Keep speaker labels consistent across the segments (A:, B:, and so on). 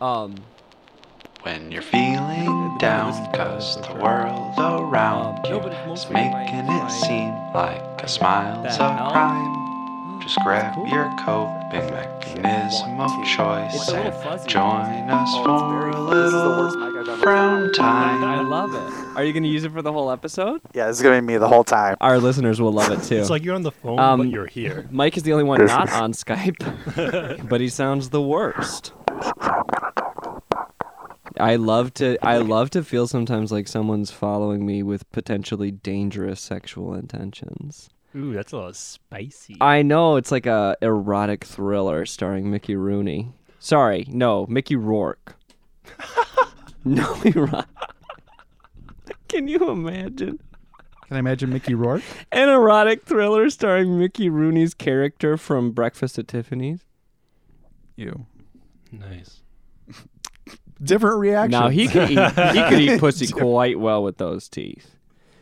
A: Um,
B: When you're feeling down, cause the world around you is making it seem like a smile's a crime. Just grab your coping mechanism of choice and join us for a little frown
A: I
B: time.
A: love it. Are you gonna use it for the whole episode?
C: Yeah, this is gonna be me the whole time.
A: Our listeners will love it too.
D: It's like you're on the phone,
A: Um,
D: but you're here.
A: Mike is the only one not on Skype, but he sounds the worst. I love to I love to feel sometimes like someone's following me with potentially dangerous sexual intentions.
D: Ooh, that's a little spicy.
A: I know it's like a erotic thriller starring Mickey Rooney. Sorry, no, Mickey Rourke. no, erotic. Can you imagine?
E: Can I imagine Mickey Rourke?
A: An erotic thriller starring Mickey Rooney's character from Breakfast at Tiffany's.
E: You.
D: nice.
E: Different reaction.
A: Now he could eat, he could eat pussy quite well with those teeth.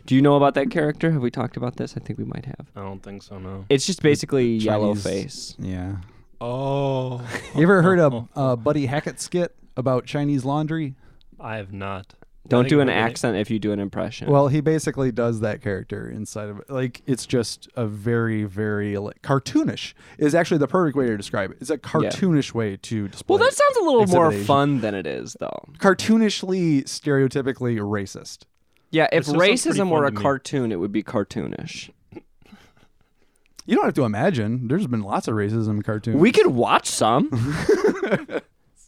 A: Do you know about that character? Have we talked about this? I think we might have.
D: I don't think so. No.
A: It's just basically yellow
E: Chinese-
A: face.
E: Yeah.
D: Oh,
E: You ever heard a uh, Buddy Hackett skit about Chinese laundry?
D: I have not.
A: Don't
D: think
A: do
D: I
A: an
D: heard it.
A: accent if you do an impression.
E: Well, he basically does that character inside of it. Like it's just a very, very like, cartoonish is actually the perfect way to describe it. It's a cartoonish way to display.
A: well, that
E: it.
A: sounds a little more
E: Exhibit Asian.
A: fun than it is, though.
E: cartoonishly, stereotypically racist.
A: Yeah, if
D: This still sounds pretty
A: racism were
D: fun
A: a
D: to me.
A: cartoon, it would be cartoonish.
E: You don't have to imagine. There's been lots of racism in cartoons.
A: We could watch some.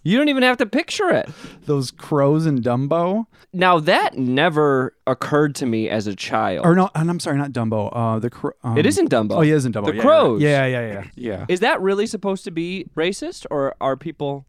A: you don't even have to picture it.
E: those crows in Dumbo,
A: Now that never occurred to me as a child.
E: or no? And I'm sorry, not Dumbo. Uh, the cro- um,
A: It isn't Dumbo.
E: Oh, he isn't Dumbo.
A: The
E: yeah,
A: crows.
E: Yeah, yeah, yeah, yeah.
A: Is that really supposed to be racist, or are people?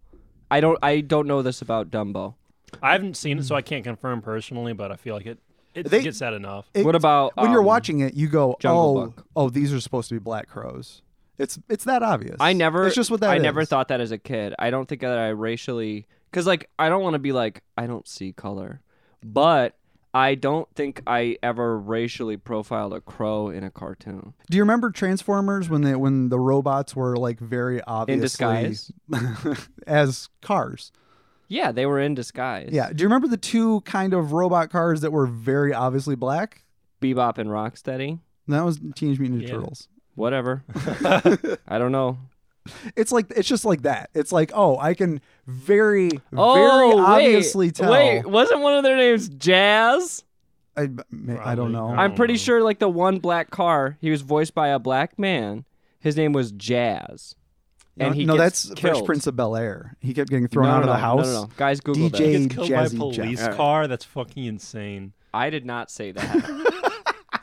A: I don't. I don't know this about Dumbo.
D: I haven't seen it, so I can't confirm personally. But I feel like it. It
E: They-
D: gets that enough.
E: It-
A: What about
E: when you're
A: um,
E: watching it? You go,
A: Jungle
E: oh,
A: Book.
E: oh, these are supposed to be black crows. It's it's that obvious.
A: I never.
E: It's just what that
A: I never
E: is.
A: thought that as a kid. I don't think that I racially because like I don't want to be like I don't see color, but I don't think I ever racially profiled a crow in a cartoon.
E: Do you remember Transformers when they when the robots were like very obviously
A: disguise?
E: as cars?
A: Yeah, they were in disguise.
E: Yeah. Do you remember the two kind of robot cars that were very obviously black?
A: Bebop and Rocksteady.
E: That was Teenage Mutant Ninja
D: Yeah.
E: Turtles.
A: Whatever. I don't know.
E: It's like it's just like that. It's like oh, I can very very
A: Oh, wait,
E: obviously tell.
A: Wait, wasn't one of their names Jazz?
E: I, I don't
D: Probably.
E: know.
D: I
A: I'm
D: don't
A: pretty
D: know.
A: sure like the one black car, he was voiced by a black man. His name was Jazz.
E: No,
A: And he
E: no,
A: gets
E: that's
A: killed.
E: Fresh Prince of Bel Air. He kept getting
A: No,
E: thrown
A: no,
E: out of
A: no,
E: the house.
A: No, no, no. Guys Google
E: DJ.
A: that.
D: Gets killed by a
E: Jazzy Jeff.
D: police
A: Alright.
D: car. That's fucking insane.
A: I did not say that.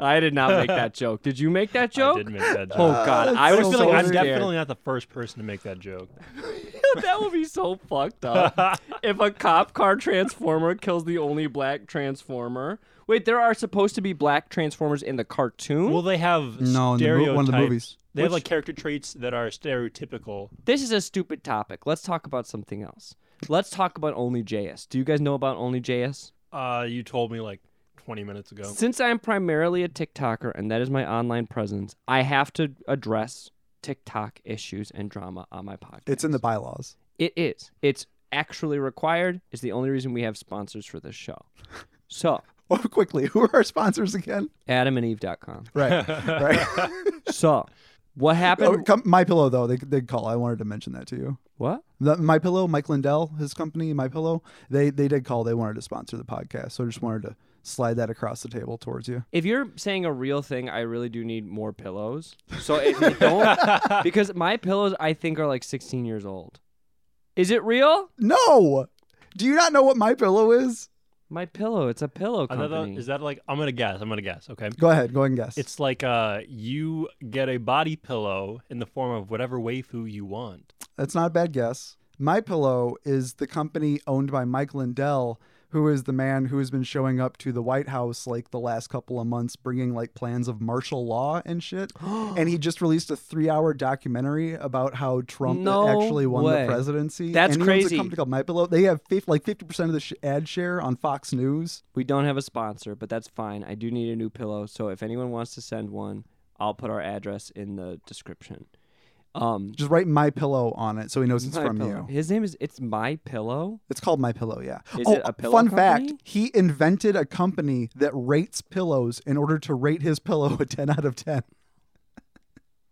A: I did not make that joke. Did you make that joke?
D: I did make that joke.
A: Oh god, I
D: I
A: was
D: feel
A: so
D: like I'm
A: scared.
D: definitely not the first person to make that joke.
A: that would be so fucked up. if a cop car transformer kills the only black transformer. Wait, there are supposed to be black transformers in the cartoon?
D: Well, they have
E: No, in the mo-
D: stereotypes.
E: one of the movies.
D: They have like character traits that are stereotypical.
A: this is a stupid topic. Let's talk about something else. Let's talk about OnlyJS. Do you guys know about OnlyJS?
D: Uh, you told me like 20 minutes ago.
A: Since I am primarily a TikToker and that is my online presence, I have to address TikTok issues and drama on my podcast.
E: It's in the bylaws.
A: It is. It's actually required. It's the only reason we have sponsors for this show. So,
E: Oh, quickly, who are our sponsors again?
A: adamandeve.com.
E: Right, right.
A: So, what
E: oh,
A: happened?
E: come, my pillow though, they they call. I wanted to mention that to you.
A: What?
E: The, my pillow, Mike Lindell, his company, My Pillow, they they did call. They wanted to sponsor the podcast, so I just wanted to slide that across the table towards you.
A: If you're saying a real thing, I really do need more pillows. So if you don't, because my pillows I think are like 16 years old. Is it real?
E: No, do you not know what My Pillow is?
A: My pillow. It's a pillow
D: Another-
A: company.
D: is that like I'm gonna guess? I'm gonna guess. Okay.
E: Go ahead, go ahead and guess.
D: It's like uh, you get a body pillow in the form of whatever waifu you want.
E: That's not a bad guess. My Pillow is the company owned by Mike Lindell, who is the man who has been showing up to the White House like the last couple of months, bringing like plans of martial law and shit. and he just released a three-hour documentary about how Trump
A: No
E: actually won
A: way.
E: the presidency.
A: That's
E: and he owns
A: crazy.
E: A company called My Pillow. They have fif- like fifty percent of the sh- ad share on Fox News.
A: we don't have a sponsor, but that's fine. I do need a new pillow. So if anyone wants to send one, I'll put our address in the description. Um,
E: Just write my pillow on it so he knows it's
A: My
E: from
A: Pillow.
E: you.
A: His name is it's my pillow.
E: It's called My Pillow, yeah.
A: Is
E: oh,
A: it a pillow
E: fun
A: company?
E: fact, he invented a company that rates pillows in order to rate his pillow a 10 out of 10.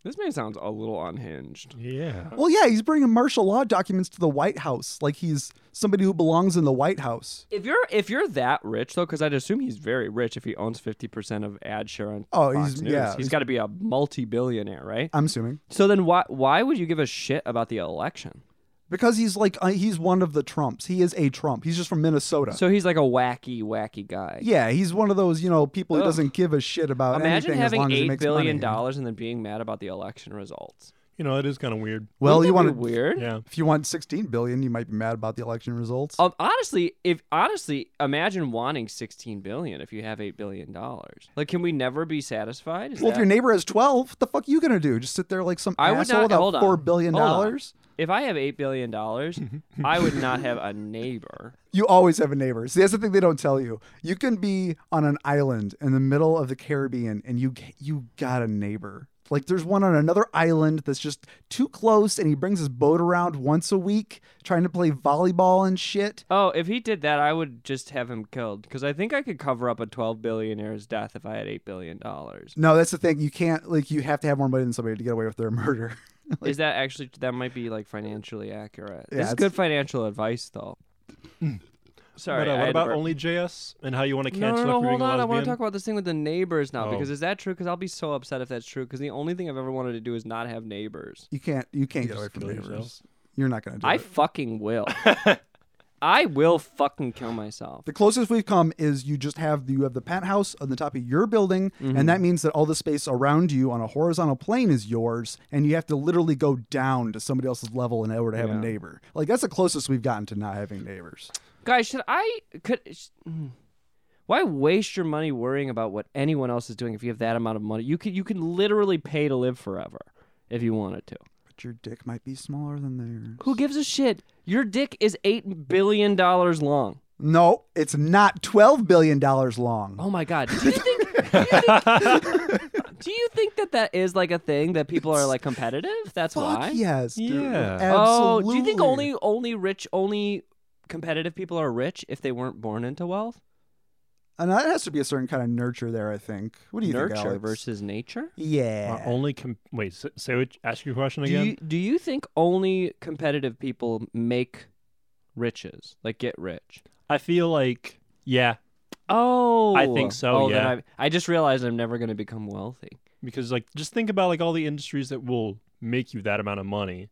A: This man sounds a little unhinged.
D: Yeah.
E: Well, yeah, he's bringing martial law documents to the White House like he's somebody who belongs in the White House.
A: If you're if you're that rich though, because I'd assume he's very rich if he owns fifty percent of ad share on
E: Oh,
A: Fox
E: he's
A: News.
E: yeah,
A: he's
E: he's-
A: got to be a multi-billionaire, right?
E: I'm assuming
A: So then why why would you give a shit about the election?
E: because he's like uh, he's one of the Trumps. He is a Trump. He's just from Minnesota.
A: So he's like a wacky wacky guy.
E: yeah, he's one of those you know people who
A: Ugh.
E: doesn't give a shit about
A: Imagine
E: anything as
A: having
E: long as he
A: eight
E: makes
A: billion
E: money.
A: dollars and then being mad about the election results.
D: You know, it is kind of weird.
E: Well,
A: Wouldn't
E: you
A: that be
E: want to,
A: weird?
D: Yeah.
E: if you want 16 billion, you might be mad about the election results.
A: Um, honestly, if honestly, imagine wanting sixteen billion if you have eight billion dollars. Like, can we never be satisfied? Is
E: well, if
A: that-
E: your neighbor has 12, what the fuck you gonna do? Just sit there like some
A: I would
E: asshole
A: not-
E: without
A: hold on,
E: four billion
A: hold on.
E: dollars?
A: if I have eight billion dollars, I would not have a neighbor.
E: You always have a neighbor. See, that's the thing they don't tell you. You can be on an island in the middle of the Caribbean, and you you got a neighbor. Like there's one on another island that's just too close, and he brings his boat around once a week, trying to play volleyball and shit.
A: Oh, if he did that, I would just have him killed because I think I could cover up a twelve billionaire's death if I had eight billion dollars.
E: No, that's the thing. You can't like you have to have more money than somebody to get away with their murder.
A: Is that actually that might be like financially accurate?
E: Yeah,
A: this is
E: it's- Hmm.
A: good financial advice, though. Sorry,
D: But, uh,
A: I
D: what
A: had to
D: about
A: burp.
D: only JS and how you want to
A: No,
D: cancel
A: no,
D: it
A: no,
D: for
A: hold
D: being
A: on.
D: a
A: I want
D: lesbian?
A: to talk about this thing with the neighbors now
D: Oh.
A: because is that true? Because I'll be so upset if that's true. Because the only thing I've ever wanted to do is not have neighbors.
E: You can't you can't get
D: Just
E: away from
D: kill
E: neighbors.
D: yourself.
E: You're not gonna do
A: I
E: it.
A: fucking will. I will fucking kill myself.
E: The closest we've come is you just have you have the penthouse on the top of your building,
A: Mm-hmm.
E: and that means that all the space around you on a horizontal plane is yours, and you have to literally go down to somebody else's level in order to have
A: Yeah.
E: a neighbor. Like that's the closest we've gotten to not having neighbors.
A: Guys, should I could sh- mm. why waste your money worrying about what anyone else is doing if you have that amount of money? You can you can literally pay to live forever if you wanted to.
E: But your dick might be smaller than theirs.
A: Who gives a shit? Your dick is 8 billion dollars long.
E: No, it's not twelve billion dollars long.
A: Oh my god. Do you think do you think, do you think that that is like a thing that people are like competitive? That's
E: Fuck
A: why.
E: yes, dude.
D: Yeah.
E: Absolutely.
A: Oh, do you think only only rich only competitive people are rich if they weren't born into wealth?
E: And that has to be a certain kind of nurture there. I think. What do you
A: Nurture
E: think, Alex?
A: versus nature?
E: yeah.
D: Are only com- wait, s- say what, ask your question
A: Do
D: again.
A: you, do you think only competitive people make riches, like get rich?
D: I feel like yeah,
A: Oh,
D: think so,
A: Oh, then
D: yeah.
A: I'm- I, just realized I'm never going to become wealthy.
D: because like just think about like all the industries that will make you that amount of money.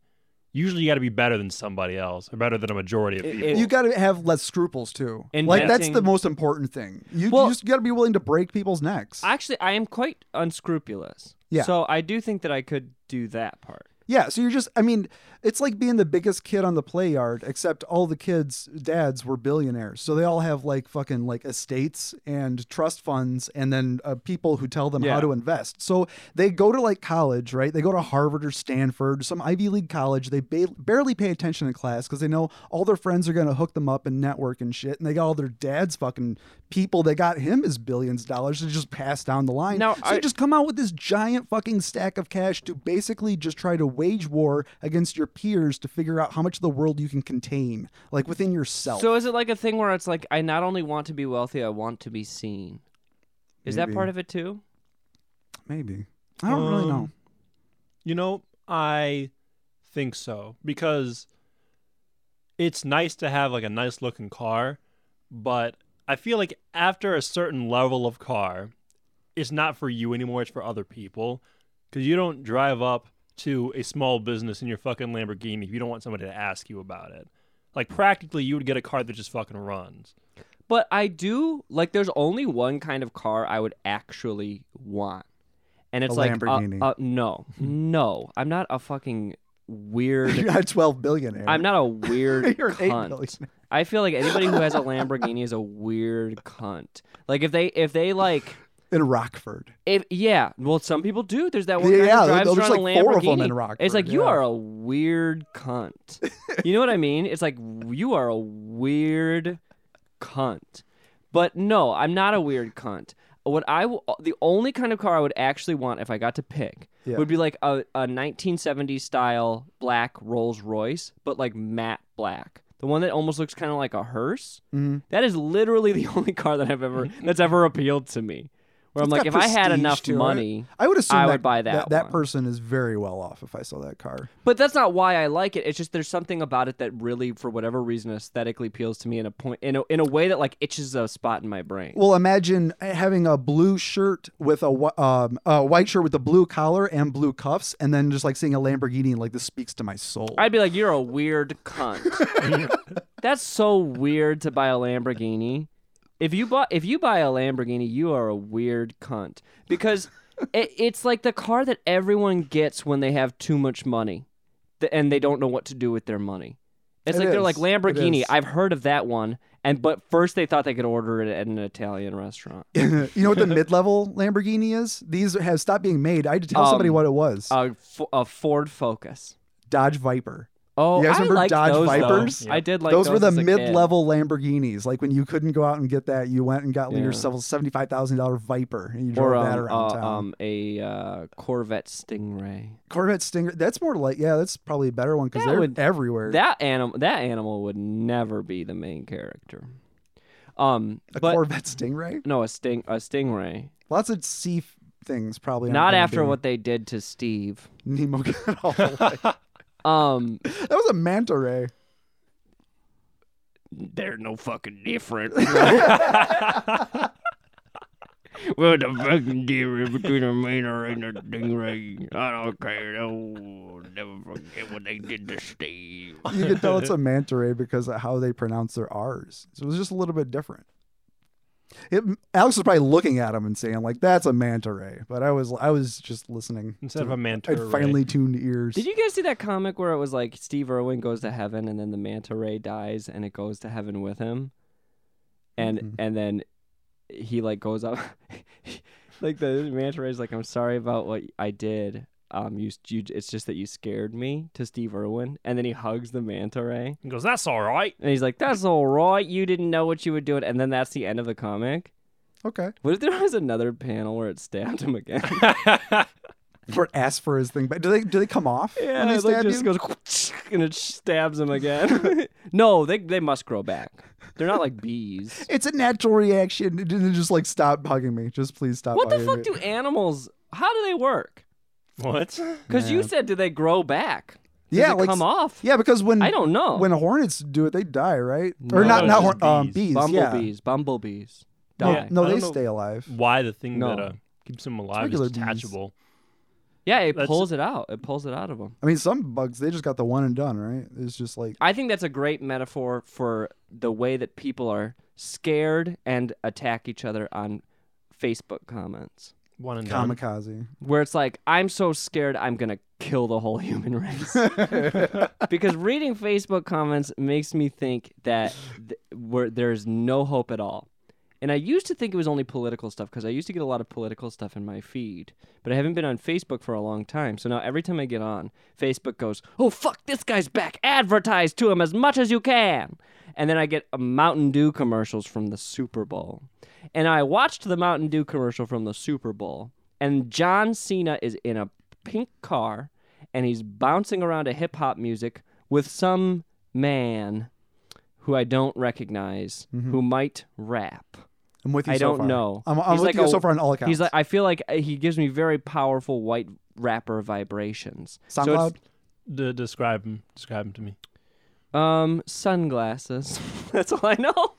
D: Usually, you got to be better than somebody else or better than a majority of
A: It-
D: people.
A: it-
E: you got to have less scruples too. Like that's the
A: Investing-
E: most important thing. You, you
A: Well-
E: just got to be willing to break people's necks.
A: Actually, I am quite unscrupulous.
E: Yeah.
A: So I do think that I could do that part.
E: yeah, so you're just I mean, it's like being the biggest kid on the play yard except all the kids dads were billionaires. So they all have like fucking like estates and trust funds and then uh, people who tell them
A: Yeah.
E: how to invest. So they go to like college, right? They go to Harvard or Stanford, some Ivy League college. They ba- barely pay attention in class cuz they know all their friends are going to hook them up and network and shit and they got all their dad's fucking people that got him his billions of dollars to just pass down the line.
A: Now,
E: so
A: I-
E: you just come out with this giant fucking stack of cash to basically just try to wage war against your peers to figure out how much of the world you can contain, like within yourself.
A: So is it like a thing where it's like I not only want to be wealthy, I want to be seen? Is that
E: Maybe.
A: part of it too?
E: Maybe. I don't really know.
D: Um, You know, I think so because it's nice to have like a nice looking car, but I feel like after a certain level of car, it's not for you anymore, it's for other people because you don't drive up to a small business in your fucking Lamborghini if you don't want somebody to ask you about it. Like practically you would get a car that just fucking runs.
A: But I do like. There's only one kind of car I would actually want, and it's
E: A
A: like uh,
E: Lamborghini.
A: uh, no, no, I'm not a fucking
E: You're
A: weird.
E: not a 12 billionaire.
A: I'm not a weird
E: You're an eight
A: cunt.
E: billionaire.
A: I feel like anybody who has a Lamborghini is a weird cunt. Like if they if they like
E: in Rockford.
A: if yeah, well some people do. There's that one guy
E: Yeah,
A: who drives
E: there's
A: around
E: like
A: a Lamborghini.
E: four of 'em in
A: it's like
E: Rockford,
A: you
E: yeah.
A: are a weird cunt. you know what I mean? It's like you are a weird cunt. But no, I'm not a weird cunt. what I w- the only kind of car I would actually want if I got to pick
E: Yeah.
A: would be like a, a 1970s style black Rolls Royce, but like matte black. The one that almost looks kind of like a hearse.
E: Mhm.
A: That is literally the only car that I've ever that's ever appealed to me. Where I'm
E: It's
A: like, if
E: got
A: I had
E: prestige
A: enough
E: to it.
A: money,
E: I would assume
A: I
E: that,
A: would buy that
E: that,
A: one.
E: person is very well off if I saw that car.
A: But that's not why I like it. It's just there's something about it that really, for whatever reason, aesthetically appeals to me in a point in a, in a way that like itches a spot in my brain.
E: Well, imagine having a blue shirt with a wh- um, a white shirt with a blue collar and blue cuffs, and then just like seeing a Lamborghini and like this speaks to my soul.
A: I'd be like, you're a weird cunt. that's so weird to buy a Lamborghini. If you bought if you buy a Lamborghini, you are a weird cunt because it, it's like the car that everyone gets when they have too much money, th- and they don't know what to do with their money. It's
E: It
A: like they're
E: is.
A: like
E: It
A: Lamborghini.
E: is.
A: I've heard of that one, and but first they thought they could order it at an Italian restaurant.
E: you know what the mid-level Lamborghini is? These have stopped being made. I had to tell somebody
A: Um,
E: what it was.
A: A, F- a Ford Focus.
E: Dodge Viper.
A: Oh,
E: You guys
A: I
E: remember
A: liked
E: Dodge
A: those, though.
E: Vipers?
A: I did like
E: those,
A: those.
E: were the
A: as a kid.
E: mid-level Lamborghinis. Like when you couldn't go out and get that, you went and got
A: Yeah.
E: yourself a seventy-five thousand dollar Viper and you drove
A: or
E: that
A: um,
E: around
A: uh,
E: town.
A: um, a uh, Corvette Stingray.
E: Corvette Stinger. That's more like yeah, that's probably a better one because
A: That
E: they're
A: would-
E: everywhere.
A: That animal, that animal would never be the main character. Um,
E: a
A: but
E: Corvette Stingray.
A: no, a sting, a Stingray.
E: Lots of sea f- things probably. aren't
A: Not
E: gonna
A: after
E: be
A: what they did to Steve.
E: Nemo got all. that
A: Um,
E: was a manta ray.
A: they're no fucking different. What the fucking difference between a meaner and a stingray? I don't care. I'll never forget what they did to Steve.
E: You can tell it's a manta ray because of how they pronounce their R's. So it was just a little bit different. It, Alex was probably looking at him and saying like, "That's a manta ray," but I was I was just listening.
D: Instead of
E: to-
D: a manta
E: I'd
D: ray.
E: finally tuned ears.
A: Did you guys see that comic where it was like Steve Irwin goes to heaven and then the manta ray dies and it goes to heaven with him? And
E: Mhm.
A: and then he like goes up like the manta ray's like I'm sorry about what I did. Um you, you it's just that you scared me to Steve Irwin and then he hugs the manta ray
D: He goes, that's all right.
A: and he's like that's all right. You didn't know what you were doing and then that's the end of the comic.
E: Okay.
A: What if there was another panel where it stabbed him again?
E: Or ask for his thing, but do they do they come off? when they
A: it, like,
E: stab
A: just
E: you?
A: goes and it stabs him again. no, they they must grow back. They're not like bees.
E: It's a natural reaction. It didn't just like stop hugging me. Just please stop.
A: what the
E: hugging
A: fuck
E: me.
A: do animals? How do they work?
D: what?
A: Because you
E: Yeah.
A: said, do they grow back? Does
E: Yeah,
A: it
E: like-
A: come off.
E: Yeah, because when
A: I don't know.
E: when hornets do it, they die, right? or
A: No,
E: not
A: it's
E: not
D: just
E: horn, um,
D: bees.
E: bees. Yeah.
A: bumblebees, bumblebees die.
D: Yeah.
E: No,
D: I
E: they
D: don't know.
E: stay alive.
D: Why the thing that
A: No.
D: uh, keeps him alive
E: regular
D: is
E: bees.
D: detachable.
A: Yeah, it
D: That's-
A: pulls it out. It pulls it out of them.
E: I mean, some bugs they just got the one and done, right? It's just like
A: I think that's a great metaphor for the way that people are scared and attack each other on Facebook comments.
D: One and done.
E: kamikaze.
A: where it's like I'm so scared I'm gonna kill the whole human race because reading Facebook comments makes me think that th- where there's no hope at all. And I used to think it was only political stuff because I used to get a lot of political stuff in my feed, but I haven't been on Facebook for a long time. So now every time I get on, Facebook goes, "Oh fuck, this guy's back! Advertise to him as much as you can." And then I get uh, Mountain Dew commercials from the Super Bowl, and I watched the Mountain Dew commercial from the Super Bowl, and John Cena is in a pink car and he's bouncing around to hip hop music with some man who I don't recognize who might rap.
E: I'm with you.
A: I
E: Mm-hmm. so
A: don't
E: far.
A: know.
E: I'm, I'm
A: He's
E: with
A: like
E: you
A: a-
E: so far on all accounts.
A: He's like I feel like uh, he gives me very powerful white rapper vibrations. So it's-
E: SoundCloud.
D: D- describe him. Describe him to me.
A: um sunglasses. That's all I know.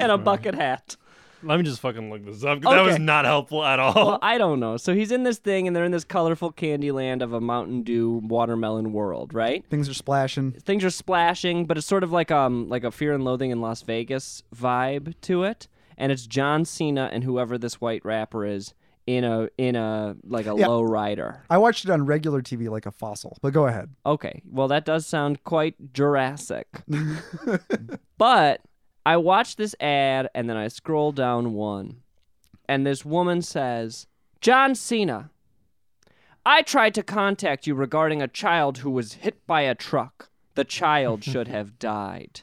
A: and a bucket hat.
D: Let me just fucking look this up 'cause that was
A: Okay.
D: not helpful at all.
A: Well, I don't know. So he's in this thing and they're in this colorful candy land of a Mountain Dew watermelon world, right?
E: Things are splashing.
A: things are splashing, but it's sort of like um like a Fear and Loathing in Las Vegas vibe to it. And it's John Cena and whoever this white rapper is in a in a like a
E: Yeah.
A: low rider.
E: I watched it on regular TV like a fossil. But go ahead.
A: Okay, well that does sound quite Jurassic. but I watched this ad and then I scroll down one, and this woman says, "John Cena." I tried to contact you regarding a child who was hit by a truck. The child should have died.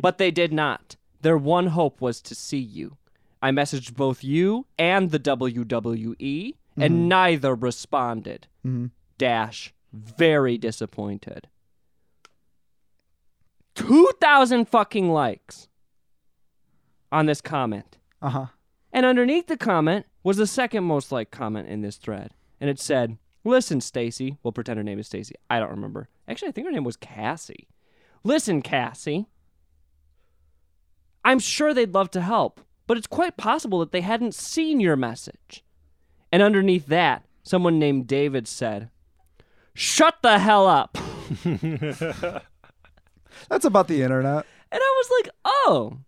A: but they did not. Their one hope was to see you. I messaged both you and the WWE, and neither responded.
E: Mhm.
A: Dash, very disappointed. 2,000 fucking likes on this comment.
E: Uh huh.
A: And underneath the comment was the second most liked comment in this thread. And it said, Listen, Stacy. We'll pretend her name is Stacy. I don't remember. Actually, I think her name was Cassie. Listen, Cassie. I'm sure they'd love to help, but it's quite possible that they hadn't seen your message. And underneath that, someone named David said, Shut the hell up.
E: That's about the internet.
A: And I was like, oh,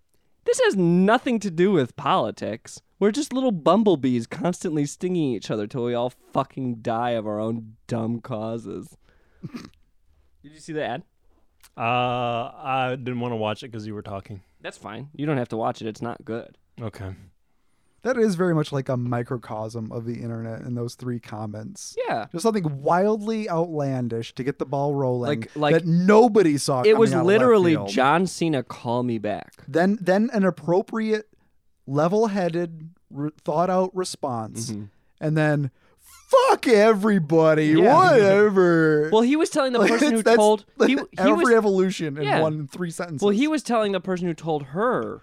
A: this has nothing to do with politics. We're just little bumblebees constantly stinging each other till we all fucking die of our own dumb causes. Did you see the ad?
D: Uh, I didn't want to watch it because you were talking.
A: That's fine. You don't have to watch it. It's not good.
D: Okay.
E: That is very much like a microcosm of the internet in those three comments.
A: Yeah.
E: Just something wildly outlandish to get the ball rolling
A: Like- like-
E: that nobody saw.
A: It
E: coming
A: was
E: out of left
A: literally
E: field.
A: John Cena call me back.
E: then then an appropriate, level-headed, re- thought-out response,
A: Mm-hmm.
E: and then fuck everybody,
A: Yeah.
E: whatever.
A: Well, he was telling the
E: Like,
A: person who
E: that's-
A: told
E: that's
A: he, he
E: every
A: was,
E: evolution in
A: Yeah.
E: one three sentences.
A: well he was telling the person who told her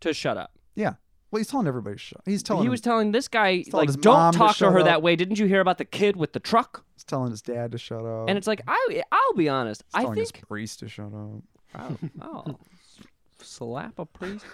A: to shut up.
E: yeah. Well, he's telling everybody. to shut- He's telling.
A: he was telling this guy
E: telling his
A: like don't
E: mom to
A: talk to
E: shut
A: her
E: up."
A: that way. Didn't you hear about the kid with the truck?
E: he's telling his dad to shut up.
A: And it's like I I'll be honest.
E: he's
A: I
E: telling
A: think
E: his priest Oh. to shut up.
A: oh, oh, slap a priest.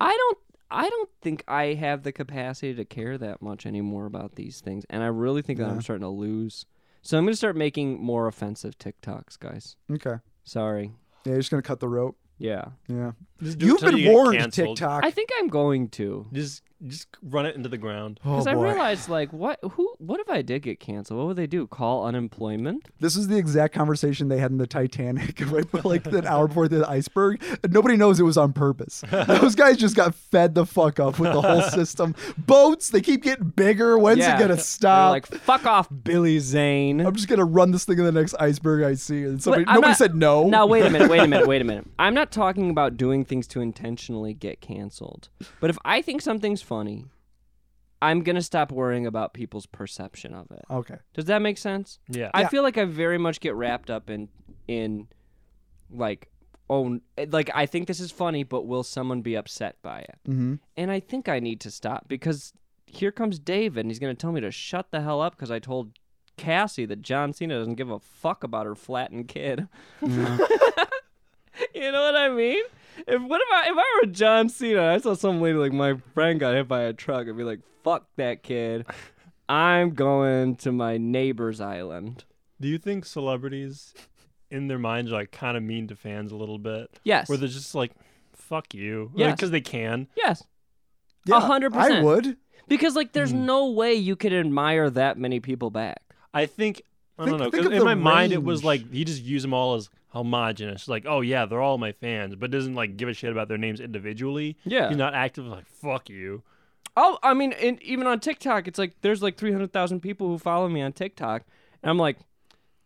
A: I don't I don't think I have the capacity to care that much anymore about these things, and I really think that I'm starting to lose. So I'm gonna start making more offensive TikToks, guys.
E: Okay.
A: Sorry.
E: Yeah, you're just gonna cut the rope.
A: Yeah,
E: Yeah.
D: Just do it
E: You've
D: till
E: been
D: you get
E: warned,
D: canceled.
E: TikTok.
A: I think I'm going to.
D: Just, just run it into the ground.
E: Oh
A: Because
E: boy.
A: I realized, like, what? Who? What if I did get canceled? What would they do? Call unemployment?
E: this is the exact conversation they had in the Titanic, right? But like an hour before the iceberg, nobody knows it was on purpose. Those guys just got fed the fuck up with the whole system. Boats, they keep getting bigger. When's
A: Yeah.
E: it gonna
A: They're
E: stop?
A: like, fuck off, Billy Zane.
E: I'm just gonna run this thing to the next iceberg I see. And somebody,
A: Wait, I'm
E: nobody
A: not-
E: said no.
A: Now wait a minute, wait a minute, wait a minute. I'm not talking about doing things to intentionally get canceled. But if I think something's funny, I'm gonna stop worrying about people's perception of it.
E: Okay.
A: Does that make sense?
D: Yeah.
A: I
E: Yeah.
A: feel like I very much get wrapped up in in like oh like I think this is funny, but will someone be upset by it?
E: Mm-hmm.
A: And I think I need to stop because here comes David and he's going to tell me to shut the hell up because I told Cassie that John Cena doesn't give a fuck about her flattened kid.
E: Mm-hmm.
A: you know what I mean? If what if I if I were John Cena and I saw some lady like my friend got hit by a truck, I'd be like, fuck that kid. I'm going to my neighbor's island.
D: Do you think celebrities, in their minds, are like kind of mean to fans a little bit?
A: Yes.
D: Where they're just like, "Fuck you,"
A: Yes.
D: because they can.
A: Yes.
E: Yeah,
A: 100%.
E: I would.
A: Because like there's no way you could admire that many people back.
D: I think I
E: Think-
D: don't know.
E: think
D: 'cause
E: of
D: in
E: the
D: my mind, it was
E: range.
D: like he just used them all as homogenous. Like, oh yeah, they're all my fans, but doesn't like give a shit about their names individually.
A: Yeah.
D: he's not active. Like, fuck you.
A: Oh, I mean, and even on TikTok, it's like there's like 300,000 people who follow me on TikTok. And I'm like,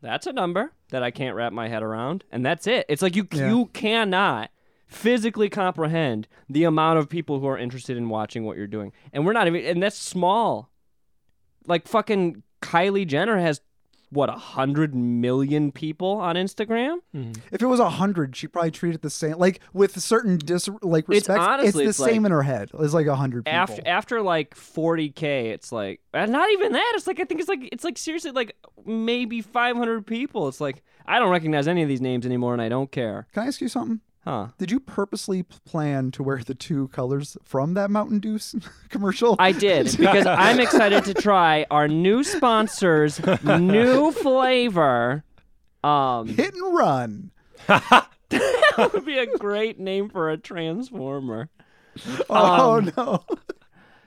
A: that's a number that I can't wrap my head around. And that's it. It's like you,
E: Yeah.
A: you cannot physically comprehend the amount of people who are interested in watching what you're doing. And we're not even, and that's small. Like fucking Kylie Jenner has, what, a 100 million people on Instagram?
E: If it was a hundred, she probably treated it the same. Like with certain dis, like
A: It's
E: respect.
A: honestly,
E: the
A: it's
E: same
A: like-
E: in her head. It's like a hundred people.
A: after after like 40k it's like and not even that it's like i think it's like it's like seriously like maybe 500 people it's like i don't recognize any of these names anymore and i don't care
E: Can I ask you something?
A: huh
E: Did you purposely p- plan to wear the two colors from that Mountain Dew s- commercial?
A: I did because I'm excited to try our new sponsor's new flavor. Um,
E: Hit and run.
A: that would be a great name for a transformer.
E: Oh
A: Um,
E: no.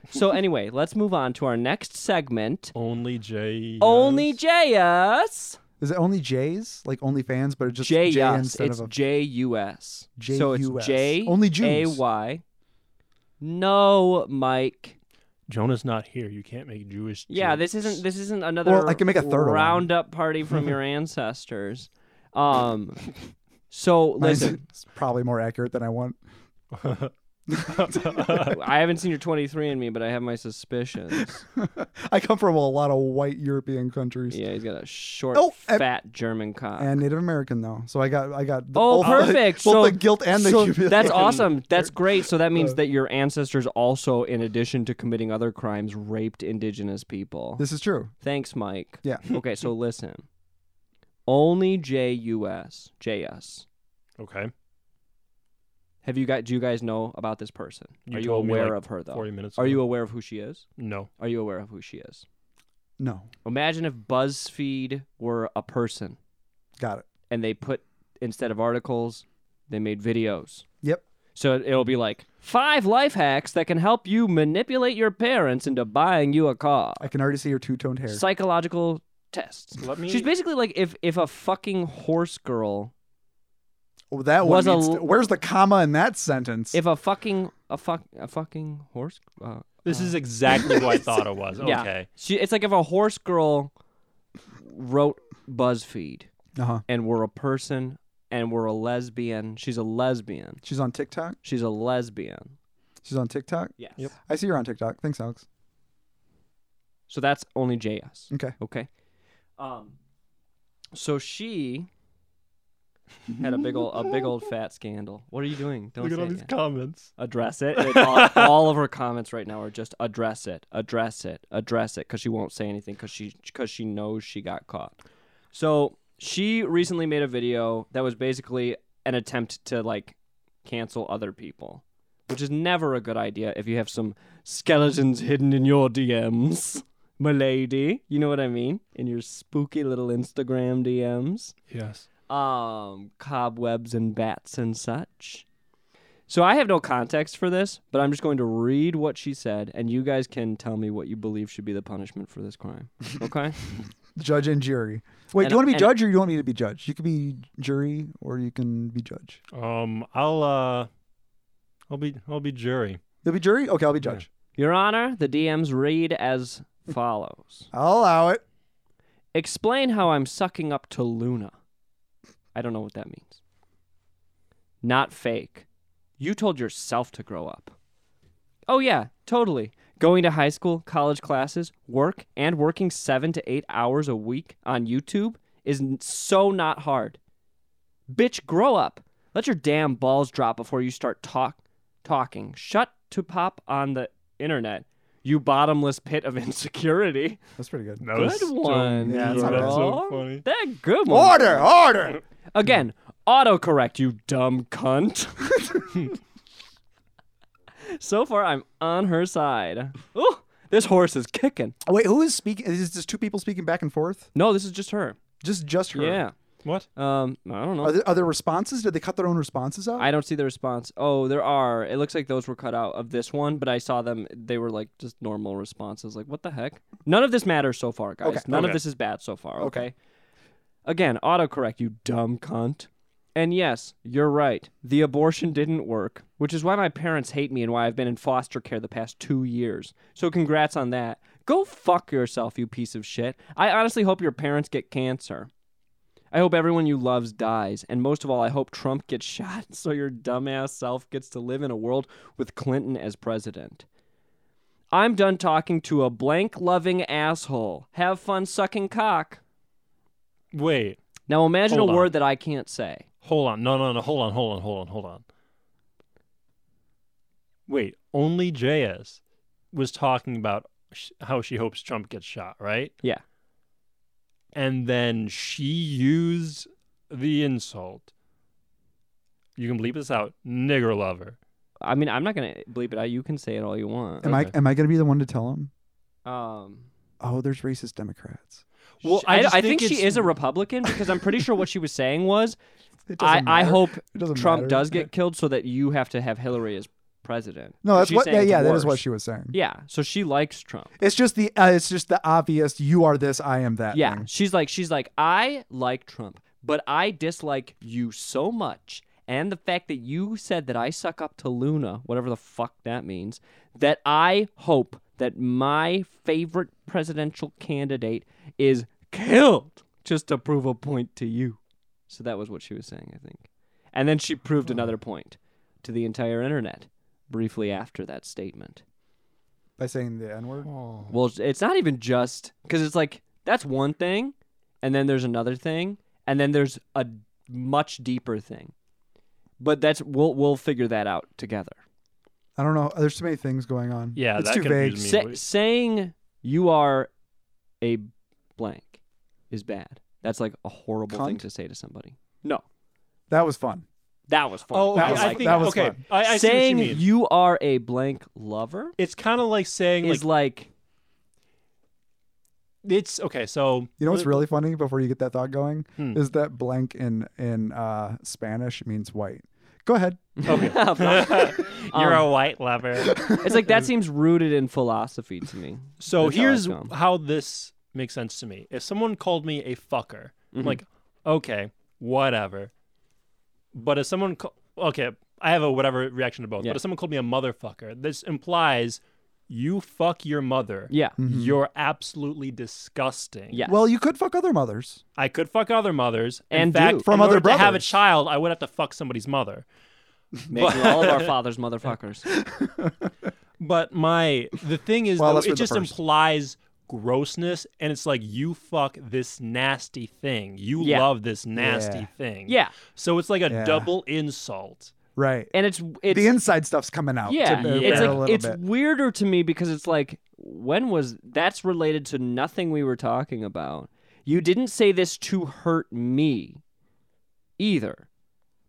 A: So anyway, let's move on to our next segment.
D: Only Jay.
A: Only JS.
E: Is it only J's? Like only fans, but it's just
A: J
E: J
A: U S.
E: instead
A: It's
E: of a
A: J U S.
E: J
A: So it's
E: U S.
A: J
E: Only Jews.
A: A Y. No, Mike.
D: Jonah's not here. You can't make Jewish.
A: Yeah,
D: jokes.
A: this isn't this isn't another
E: Well, I can make a third one.
A: roundup party from your ancestors. Um so
E: Mine's-
A: listen,
E: It's probably more accurate than I want.
A: I haven't seen your 23 in me, but I have my suspicions.
E: I come from a lot of white European countries.
A: Yeah, he's got a short,
E: Oh, and-
A: fat German cock.
E: And Native American though, so I got I got the,
A: oh,
E: both
A: perfect.
E: The, both
A: so
E: the guilt and the Uh.
A: so
E: humiliation.
A: That's awesome. That's great. So that means that your ancestors also, in addition to committing other crimes, raped indigenous people.
E: This is true.
A: Thanks, Mike.
E: Yeah.
A: Okay, so listen. Only JUS, JS.
D: Okay.
A: Have you got? Do you guys know about this person?
D: You
A: Are you
D: told me,
A: aware
D: like,
A: of her though?
D: 40 minutes
A: Are
D: ago.
A: you Oh. aware of who she is?
D: No.
A: Are you aware of who she is?
E: No,
A: Imagine if BuzzFeed were a person
E: got it.
A: and they put instead of articles, they made videos.
E: Yep.
A: So it'll be like five life hacks that can help you manipulate your parents into buying you a car.
E: I can already see your two toned hair.
A: Psychological tests.
D: Let me.
A: She's basically like if if a fucking horse girl,
E: Oh, that one
A: Was a
E: needs
A: l-
E: to- where's the comma in that sentence?
A: if a fucking a fuck a fucking horse. Uh,
D: this is exactly what I thought it was.
A: Yeah.
D: Okay.
A: she it's like if a horse girl wrote BuzzFeed
E: uh huh.
A: and were a person and were a lesbian. She's a lesbian.
E: She's on TikTok.
A: She's a lesbian.
E: She's on TikTok.
A: Yes.
D: Yep.
E: I see you're on TikTok. Thanks, Alex.
A: So that's only
D: Mm.
A: JS.
E: Okay.
A: Okay. Um, so she had a big old a big old fat scandal. What are you doing? Don't
D: Look at
A: say
D: all
A: it
D: these
A: yet.
D: comments.
A: address it. It's all, all of her comments right now are just address it, address it, address it, because she won't say anything because she because she knows she got caught. So she recently made a video that was basically an attempt to like cancel other people, which is never a good idea if you have some skeletons hidden in your DMs. My lady, you know what I mean? In your spooky little Instagram DMs
D: Yes.
A: um cobwebs and bats and such. So I have no context for this, but I'm just going to read what she said and you guys can tell me what you believe should be the punishment for this crime. Okay?
E: Judge and jury. Wait,
A: And-
E: do you want to be
A: and-
E: judge or you want me to be judge? You could be jury or you can be judge.
D: Um. I'll. Uh. I'll be. I'll be jury.
E: You'll be jury. Okay, I'll be judge.
A: Your honor, the DMs read as follows.
E: I'll allow it.
A: Explain how I'm sucking up to Luna. I don't know what that means. Not fake. You told yourself to grow up. Oh, yeah, totally. Going to high school, college classes, work, and working seven to eight hours a week on YouTube is n- so not hard. Bitch, grow up. Let your damn balls drop before you start talk talking. Shut to pop on the internet, you bottomless pit of insecurity.
E: That's pretty good.
D: That
A: Good one.
E: Yeah,
D: that's
E: that's not bad.
D: so
A: girl.
D: funny.
A: That good one.
E: Order, order.
A: Again, autocorrect, you dumb cunt. so far, I'm on her side. Ooh, this horse is kicking.
E: Wait, who is speaking? Is this two people speaking back and forth?
A: No, this is just her.
E: Just just her.
A: Yeah.
D: What?
A: Um, I don't
E: Are
A: know.
E: there, are there responses? Did they cut their own responses out?
A: I don't see the response. Oh, there are. It looks like those were cut out of this one, but I saw them. They were like just normal responses. Like, what the heck? None of this matters so far, guys.
E: Okay.
A: None
D: Okay.
A: of this is bad so far.
E: Okay.
A: okay. Again, autocorrect, you dumb cunt. And yes, you're right. The abortion didn't work, which is why my parents hate me and why I've been in foster care the past two years. So congrats on that. Go fuck yourself, you piece of shit. I honestly hope your parents get cancer. I hope everyone you loves dies, and most of all, I hope Trump gets shot so your dumbass self gets to live in a world with Clinton as president. I'm done talking to a blank loving asshole. Have fun sucking cock.
D: Wait.
A: Now imagine
D: Hold
A: a
D: on.
A: word that I can't say.
D: Hold on. No, no, no. Hold on. Hold on. Hold on. Hold on. Wait. Only JS was talking about sh- how she hopes Trump gets shot, right?
A: Yeah.
D: And then she used the insult. You can bleep this out, nigger lover.
A: I mean, I'm not gonna bleep it out. You can say it all you want.
E: am
D: okay.
E: I am I going to be the one to tell them?
A: Um,
E: Oh, there's racist Democrats.
D: Well,
A: sh- I,
D: I just
A: I
D: think
A: think, she
D: it's-
A: is a Republican because I'm pretty sure what she was saying was,
E: It
A: I,
E: doesn't
A: I
E: matter.
A: hope
E: It doesn't
A: Trump
E: matter.
A: does get killed so that you have to have Hillary as president.
E: No, that's
A: She's
E: what.
A: saying
E: Yeah,
A: it's
E: yeah, that is what
A: worse.
E: she was saying.
A: Yeah, so she likes Trump.
E: It's just the uh, it's just the obvious. You are this. I am that.
A: Yeah,
E: thing.
A: she's like she's like I like Trump, but I dislike you so much and the fact that you said that I suck up to Luna, whatever the fuck that means, that I hope that my favorite presidential candidate is killed just to prove a point to you. So that was what she was saying, I think. And then she proved another point to the entire internet briefly after that statement.
E: by saying the N word.
A: Well, it's not even just because it's like that's one thing, and then there's another thing, and then there's a much deeper thing. But that's we'll we'll figure that out together.
E: I don't know. There's too many things going on.
D: Yeah,
E: it's
D: that
E: too vague.
D: confused me.
A: Sa-
D: What-
A: saying you are a blank is bad. That's like a horrible thing
E: Cunt?
A: to say to somebody. No,
E: That was fun.
A: that was fun.
D: Oh, okay.
E: That was
D: I
E: fun.
D: think
E: That was
D: okay.
E: fun.
D: I, I see what you
A: saying
D: mean.
A: are a blank lover
D: it's kind of like saying like,
A: is like
D: it's okay. So
E: You know what's really funny before you get that thought going
D: Hmm.
E: is that blank in in uh, Spanish means white. Go ahead.
A: okay.
D: You're
A: Um,
D: a white lover.
A: it's like that seems rooted in philosophy to me.
D: So
A: That's how
D: here's
A: it's gone.
D: how this makes sense to me. If someone called me a fucker,
A: Mm-hmm.
D: I'm like, okay, whatever. But if someone, ca- okay, I have a whatever reaction to both.
A: Yeah.
D: But if someone called me a motherfucker, this implies you fuck your mother.
A: Yeah.
E: Mm-hmm.
D: You're absolutely disgusting.
A: Yeah.
E: Well, you could fuck other mothers.
D: I could fuck other mothers. in
A: And
D: fact,
A: do.
E: From
D: in
E: other
D: order to have a
E: brothers.
D: child, I would have to fuck somebody's mother.
A: Making all of our fathers motherfuckers.
D: But my the thing is,
E: Well,
D: though,
E: unless we're
D: it
E: the
D: just
E: first.
D: implies grossness, and it's like you fuck this nasty thing. You
A: Yeah.
D: love this nasty
E: Yeah.
D: thing.
A: Yeah.
D: So it's like a
E: Yeah.
D: double insult.
E: Right.
A: And it's it's
E: the inside stuff's coming out.
A: yeah,
E: to move
A: it's
E: it
D: Yeah.
E: a
A: like
E: little
A: it's
E: bit.
A: weirder to me because it's like when was that's related to nothing we were talking about. You didn't say this to hurt me either.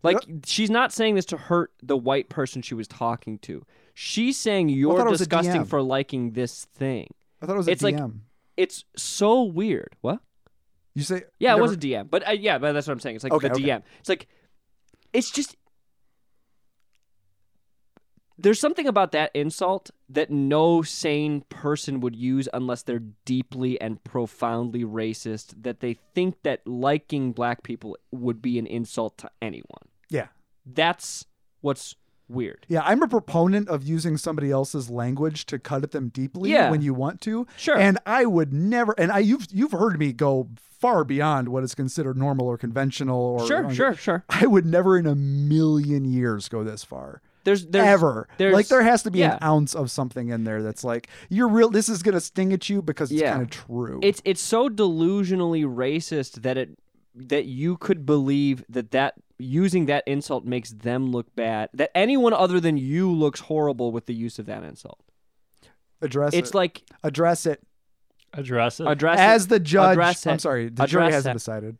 A: Like she's not saying this to hurt the white person she was talking to. She's saying
E: thought
A: you're
E: it was a
A: disgusting
E: DM.
A: for liking this thing.
E: I thought it was a
A: it's like-
E: DM.
A: It's so weird. What?
E: you say
A: Yeah, it
E: never-
A: was a DM, but uh, yeah, but that's what I'm saying. It's like
E: Okay,
A: the
E: okay.
A: DM. It's like it's just there's something about that insult that no sane person would use unless they're deeply and profoundly racist. That they think that liking black people would be an insult to anyone.
E: Yeah.
A: That's what's weird.
E: Yeah, I'm a proponent of using somebody else's language to cut at them deeply
A: Yeah.
E: when you want to.
A: Sure.
E: And I would never and I you've you've heard me go far beyond what is considered normal or conventional or
A: sure, sure, sure.
E: I would never in a million years go this far.
A: There's, there's
E: ever.
A: there's-
E: like there has to be
A: yeah.
E: an ounce of something in there that's like you're real this is going to sting at you because it's
A: Yeah.
E: kind of true.
A: it's it's so delusionally racist that it that you could believe that that using that insult makes them look bad that anyone other than you looks horrible with the use of that insult
E: address
A: it's
E: it.
A: like
E: address it
D: Address it.
A: address it.
E: as the judge.
A: Address
E: I'm
A: it.
E: sorry, the jury
A: Address
E: hasn't
A: it.
E: decided.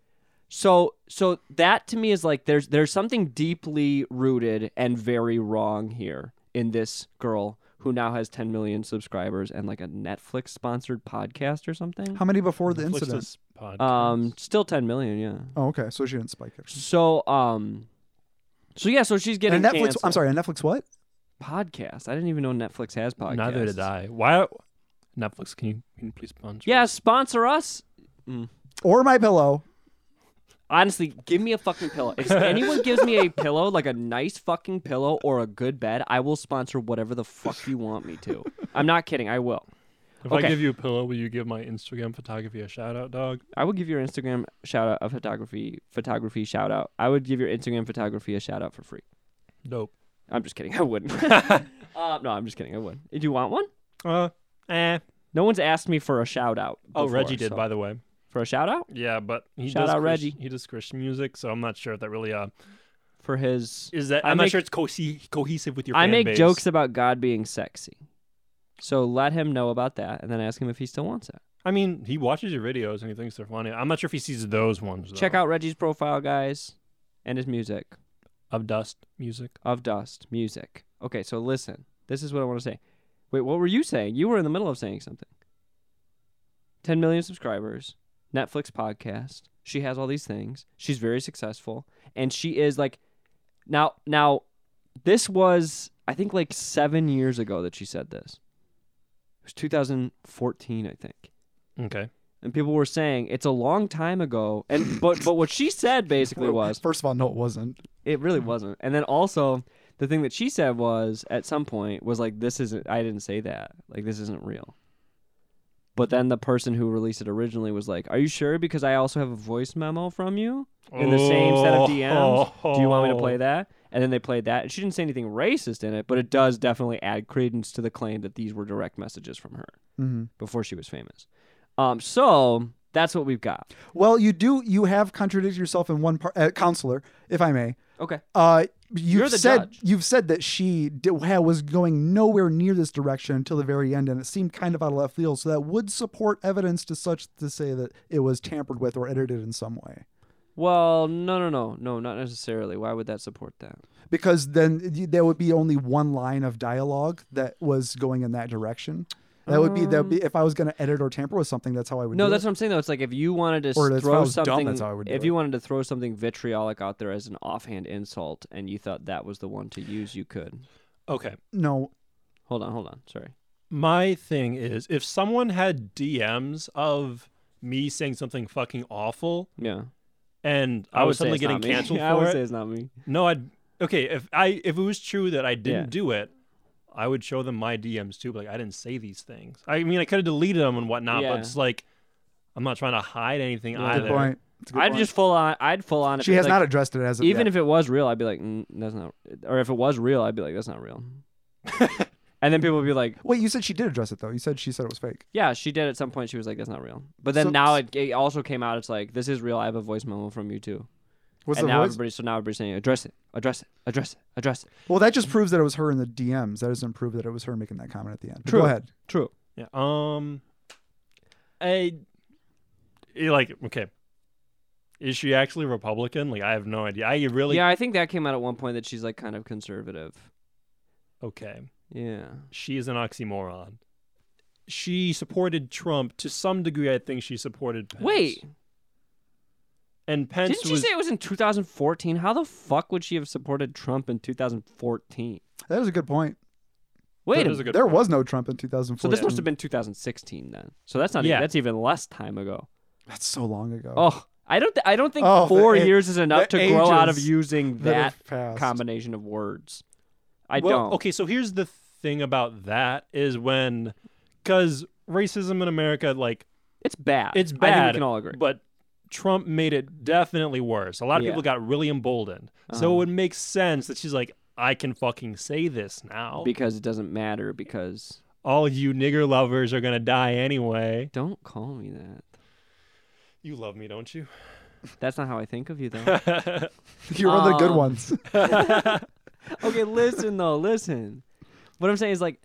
A: so so that to me is like there's there's something deeply rooted and very wrong here in this girl who now has 10 million subscribers and like a Netflix sponsored podcast or something
E: How many before the
D: Netflix
E: incident?
D: this podcast.
A: um still 10 million yeah
E: Oh, okay. So she didn't spike it.
A: so um so yeah so she's getting
E: And Netflix.
A: canceled.
E: I'm sorry, and Netflix. What?
A: podcast. I didn't even know Netflix has podcasts.
D: Neither did I. Why? Netflix, can you, can you please sponsor?
A: Yeah,
D: us?
A: sponsor us.
E: Or my pillow.
A: Honestly, give me a fucking pillow. If anyone gives me a pillow, like a nice fucking pillow or a good bed, I will sponsor whatever the fuck you want me to. I'm not kidding. I will.
D: If
A: okay.
D: I give you a pillow, will you give my Instagram photography a shout out, dog?
A: I will give your Instagram shout out a photography photography shout out. I would give your Instagram photography a shout out for free.
D: Dope.
A: I'm just kidding. I wouldn't. uh, no, I'm just kidding. I would. Do you want one?
D: Uh, eh.
A: No one's asked me for a shout out.
D: Oh,
A: before,
D: Reggie did,
A: so-
D: by the way.
A: for a shout out
D: Yeah, but he
A: Shout
D: does
A: out
D: Christ-
A: Reggie.
D: He does Christian music, so I'm not sure if that really uh
A: for his
D: is that.
A: I
D: I'm
A: make-
D: not sure it's cohesive cohesive with your.
A: I
D: fan
A: make
D: base.
A: jokes about God being sexy. So let him know about that and then ask him if he still wants it.
D: I mean, he watches your videos and he thinks they're funny. I'm not sure if he sees those ones. Though.
A: Check out Reggie's profile, guys, and his music
D: of dust music.
A: of dust music. Okay, so listen. This is what I want to say. Wait, what were you saying? You were in the middle of saying something. 10 million subscribers, Netflix podcast. She has all these things. She's very successful and she is like now now this was I think like 7 years ago that she said this. It was 2014, I think.
D: Okay.
A: and people were saying it's a long time ago and but but what she said basically was
E: First of all, no, it wasn't.
A: it really wasn't and then also the thing that she said was at some point was like this isn't i didn't say that like this isn't real but then the person who released it originally was like are you sure
D: Oh.
A: because i also have a voice memo from you in the same set of dms do you want me to play that And then they played that. And she didn't say anything racist in it, but it does definitely add credence to the claim that these were direct messages from her
E: Mhm.
A: before she was famous. Um, so that's what we've got.
E: Well, you do. You have contradicted yourself in one part, uh, counselor, if I may.
A: Okay.
E: Uh, you've
A: You're the
E: said
A: judge.
E: you've said that she di- ha- was going nowhere near this direction until the very end, and it seemed kind of out of left field. So that would support evidence to such to say that it was tampered with or edited in some way.
A: Well, no, no, no, no, not necessarily. Why would that support that?
E: Because then y- there would be only one line of dialogue that was going in that direction. That would be that. would be If I was going to edit or tamper with something, that's how I would.
A: Um. No,
E: do
A: that's
E: it.
A: what I'm saying though. It's like if you wanted to
E: Or
A: s-
E: if I
A: throw
E: was dumb,
A: something,
E: that's how I would do
A: if
E: it.
A: you wanted to throw something vitriolic out there as an offhand insult, and you thought that was the one to use, you could.
D: Okay.
E: no.
A: Hold on, hold on. Sorry.
D: My thing is, if someone had DMs of me saying something fucking awful
A: Yeah,
D: and I,
A: would
D: was
A: say
D: suddenly
A: it's not
D: getting
A: me.
D: canceled
A: I
D: for
A: would
D: it,
A: say it's not me.
D: no, I'd okay. If I if it was true that I didn't
A: Yeah.
D: do it, I would show them my DMs too. But like, I didn't say these things. I mean, I could have deleted them and whatnot,
A: Yeah.
D: but it's like I'm not trying to hide anything
A: Yeah.
D: either.
E: Good point. It's a good
A: I'd
E: point.
A: just full on. I'd full on. if
E: She
A: it's
E: has
A: like,
E: not addressed it as of
A: even
E: yet.
A: if it was real, I'd be like, mm, that's not. Or if it was real, I'd be like, that's not real. and then people would be like,
E: Wait, you said she did address it though. You said she said it was fake.
A: yeah, she did at some point. She was like, that's not real. But then
E: So-
A: now it, it also came out. It's like, this is real. I have a voice memo from you too.
E: What's
A: and
E: the
A: now
E: voice?
A: everybody, so now everybody's saying, address it, address it, address it, address it.
E: Well, that just proves that it was her in the DMs. That doesn't prove that it was her making that comment at the end. But
A: True.
E: Go ahead.
A: True.
D: Yeah. Um. I. it, Like okay. Is she actually Republican? Like I have no idea. I really
A: yeah, I think that came out at one point that she's like kind of conservative.
D: okay.
A: Yeah.
D: She is an oxymoron. She supported Trump to some degree. I think she supported Pence.
A: Wait,
D: and Pence
A: didn't she
D: was
A: say it was in 2014? How the fuck would she have supported Trump in 2014?
E: That was a good point.
A: Wait,
D: That
A: a
D: is a good
E: there
D: point.
E: was no Trump in 2004.
A: So this must have been 2016 then. So that's not.
D: Yeah.
A: Even, that's even less time ago.
E: That's so long ago.
A: Oh, I don't. Th- I don't think
E: Oh,
A: four
E: the a-
A: years is enough to
E: the
A: grow out of
E: ages
A: using that
E: have passed.
A: combination of words. I
D: well,
A: don't.
D: Okay, so here's the thing about that is when, because racism in America, like
A: It's bad.
D: it's
A: I
D: bad.
A: think we can all agree.
D: But Trump made it definitely worse. A lot of
A: Yeah.
D: people got really emboldened. So it
A: Uh-huh.
D: would make sense that she's like, I can fucking say this now.
A: because it doesn't matter. Because
D: All you nigger lovers are gonna die anyway.
A: don't call me that.
D: You love me, don't you?
A: That's not how I think of you though.
E: You're one of the good
A: Um,
E: ones.
A: okay, listen though, listen. What I'm saying is like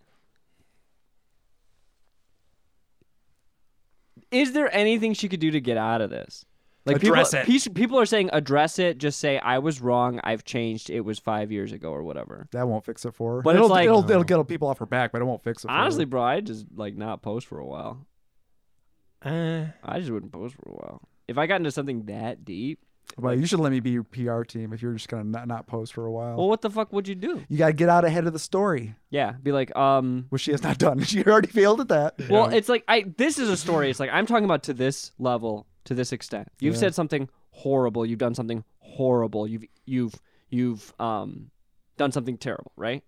A: Is there anything she could do to get out of this? Like
D: Address
A: people,
D: it.
A: peace- people are saying address it, just say I was wrong, I've changed, it was 5 years ago or whatever.
E: that won't fix it for her.
A: But it's
E: it'll,
A: like-
E: it'll, it'll get people off her back, but it won't fix it. for her.
A: Honestly, bro, I just like not post for a while.
D: Uh,
A: I just wouldn't post for a while. If I got into something that deep,
E: well, you should let me be your PR team if you're just gonna not, not post for a while.
A: well what the fuck would you do?
E: you gotta get out ahead of the story,
A: Yeah, be like, um
E: which she has not done. She already failed at that.
A: Well, it's like I this is a story. It's like I'm talking about to this level, to this extent. You've
E: Yeah.
A: said something horrible, you've done something horrible. You've you've you've um done something terrible, right?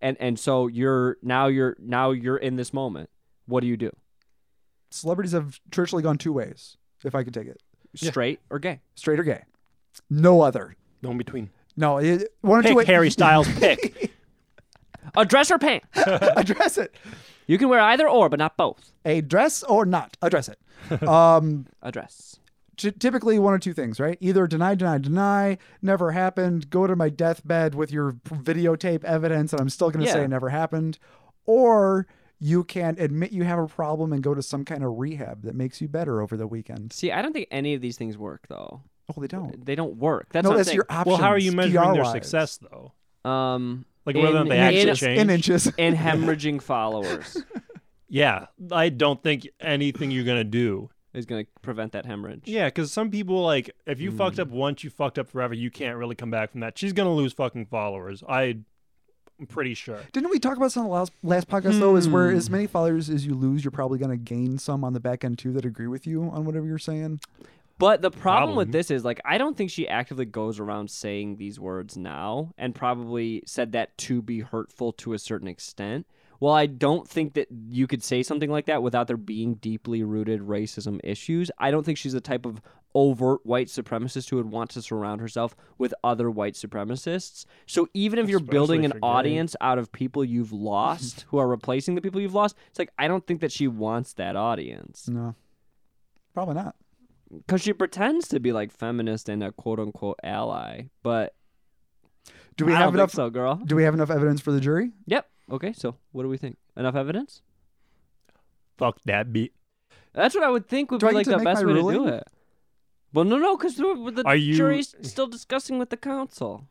A: And and so you're now you're now you're in this moment. What do you do?
E: Celebrities have traditionally gone two ways. If I could take it,
D: Yeah.
A: Straight or gay?
E: straight or gay, no other.
D: no in between.
E: No, eh, it, one or two.
D: Pick
E: way-
D: Harry Styles. Pick.
A: A dress or pant.
E: address it.
A: You can wear either or, but not both.
E: A dress or not address it. Um,
A: A dress.
E: t- typically one or two things, right? Either deny, deny, deny, never happened, go to my deathbed with your p- videotape evidence, and I'm still going to say
A: Yeah.
E: it never happened, or you can admit you have a problem and go to some kind of rehab that makes you better over the weekend.
A: See, I don't think any of these things work though.
E: Oh, they don't.
A: They don't work. That's
E: no,
A: what I'm
E: that's
A: saying.
E: your option.
D: well, how are you measuring their success though?
A: um
D: Like whether or
A: In-
D: not they
A: in-
D: actually
A: in-
D: change.
E: In inches.
A: and hemorrhaging followers
D: yeah, I don't think anything you're gonna do
A: is going to prevent that hemorrhage.
D: Yeah, because some people like if you fucked up once, you fucked up forever. You can't really come back from that. She's gonna lose fucking followers. I, I'm pretty sure.
E: Didn't we talk about some last last podcast though? Is where
A: Hmm.
E: as many followers as you lose, you're probably going to gain some on the back end too that agree with you on whatever you're saying.
A: But the problem,
D: Problem.
A: with this is like I don't think she actively goes around saying these words now and probably said that to be hurtful to a certain extent. Well, I don't think that you could say something like that without there being deeply rooted racism issues. I don't think she's the type of overt white supremacist who would want to surround herself with other white supremacists. So even if you're
D: Especially
A: building
D: if
A: an
D: you're gay.
A: audience out of people you've lost who are replacing the people you've lost, it's like I don't think that she wants that audience
E: No, probably not.
A: because she pretends to be like feminist and a quote unquote ally, but
E: Do we
A: I
E: have
A: don't
E: enough?
A: Think so, girl.
E: Do we have enough evidence for the jury?
A: Yep. Okay. So what do we think? Enough evidence?
D: Fuck that beat.
A: That's what I would think would
E: Do I
A: be
E: get
A: like
E: to
A: the
E: make
A: best
E: my
A: way to do
E: ruling?
A: it. Well, no, no, because the
D: Are you-
A: jury's still discussing with the council.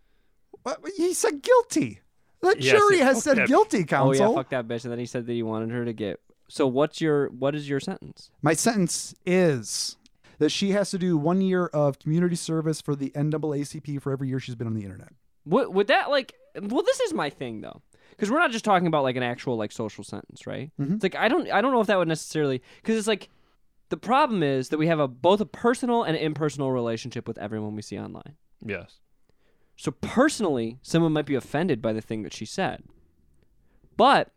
E: What? He said guilty. The
D: Yes,
E: jury
D: it-
E: has said
D: okay.
E: guilty, counsel.
A: Oh yeah, fuck that bitch. And then he said that he wanted her to get. So what's your what is your sentence?
E: My sentence is that she has to do one year of community service for the NAACP for every year she's been on the internet.
A: Would would that like? Well, this is my thing though, because we're not just talking about like an actual like social sentence, right?
E: Mhm.
A: It's like I don't I don't know if that would necessarily because it's like the problem is that we have a both a personal and an impersonal relationship with everyone we see online.
D: Yes.
A: So personally, someone might be offended by the thing that she said. But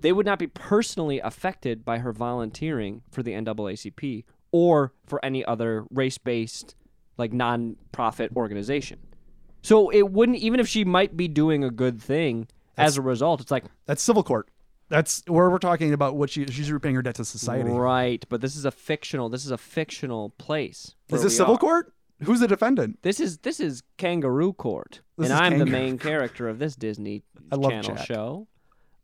A: they would not be personally affected by her volunteering for the NAACP or for any other race-based like non-profit organization. So it wouldn't even if she might be doing a good thing as a result, it's like
E: That's civil court. That's where we're talking about what she she's repaying her debt to society.
A: right, but this is a fictional this is a fictional place. where
E: Is this
A: we
E: civil
A: are.
E: court? Who's the defendant?
A: This is this is Kangaroo Court,
E: This
A: and
E: is
A: I'm the
E: Kangaroo
A: main character of this Disney
E: I love
A: Channel
E: Jack.
A: show.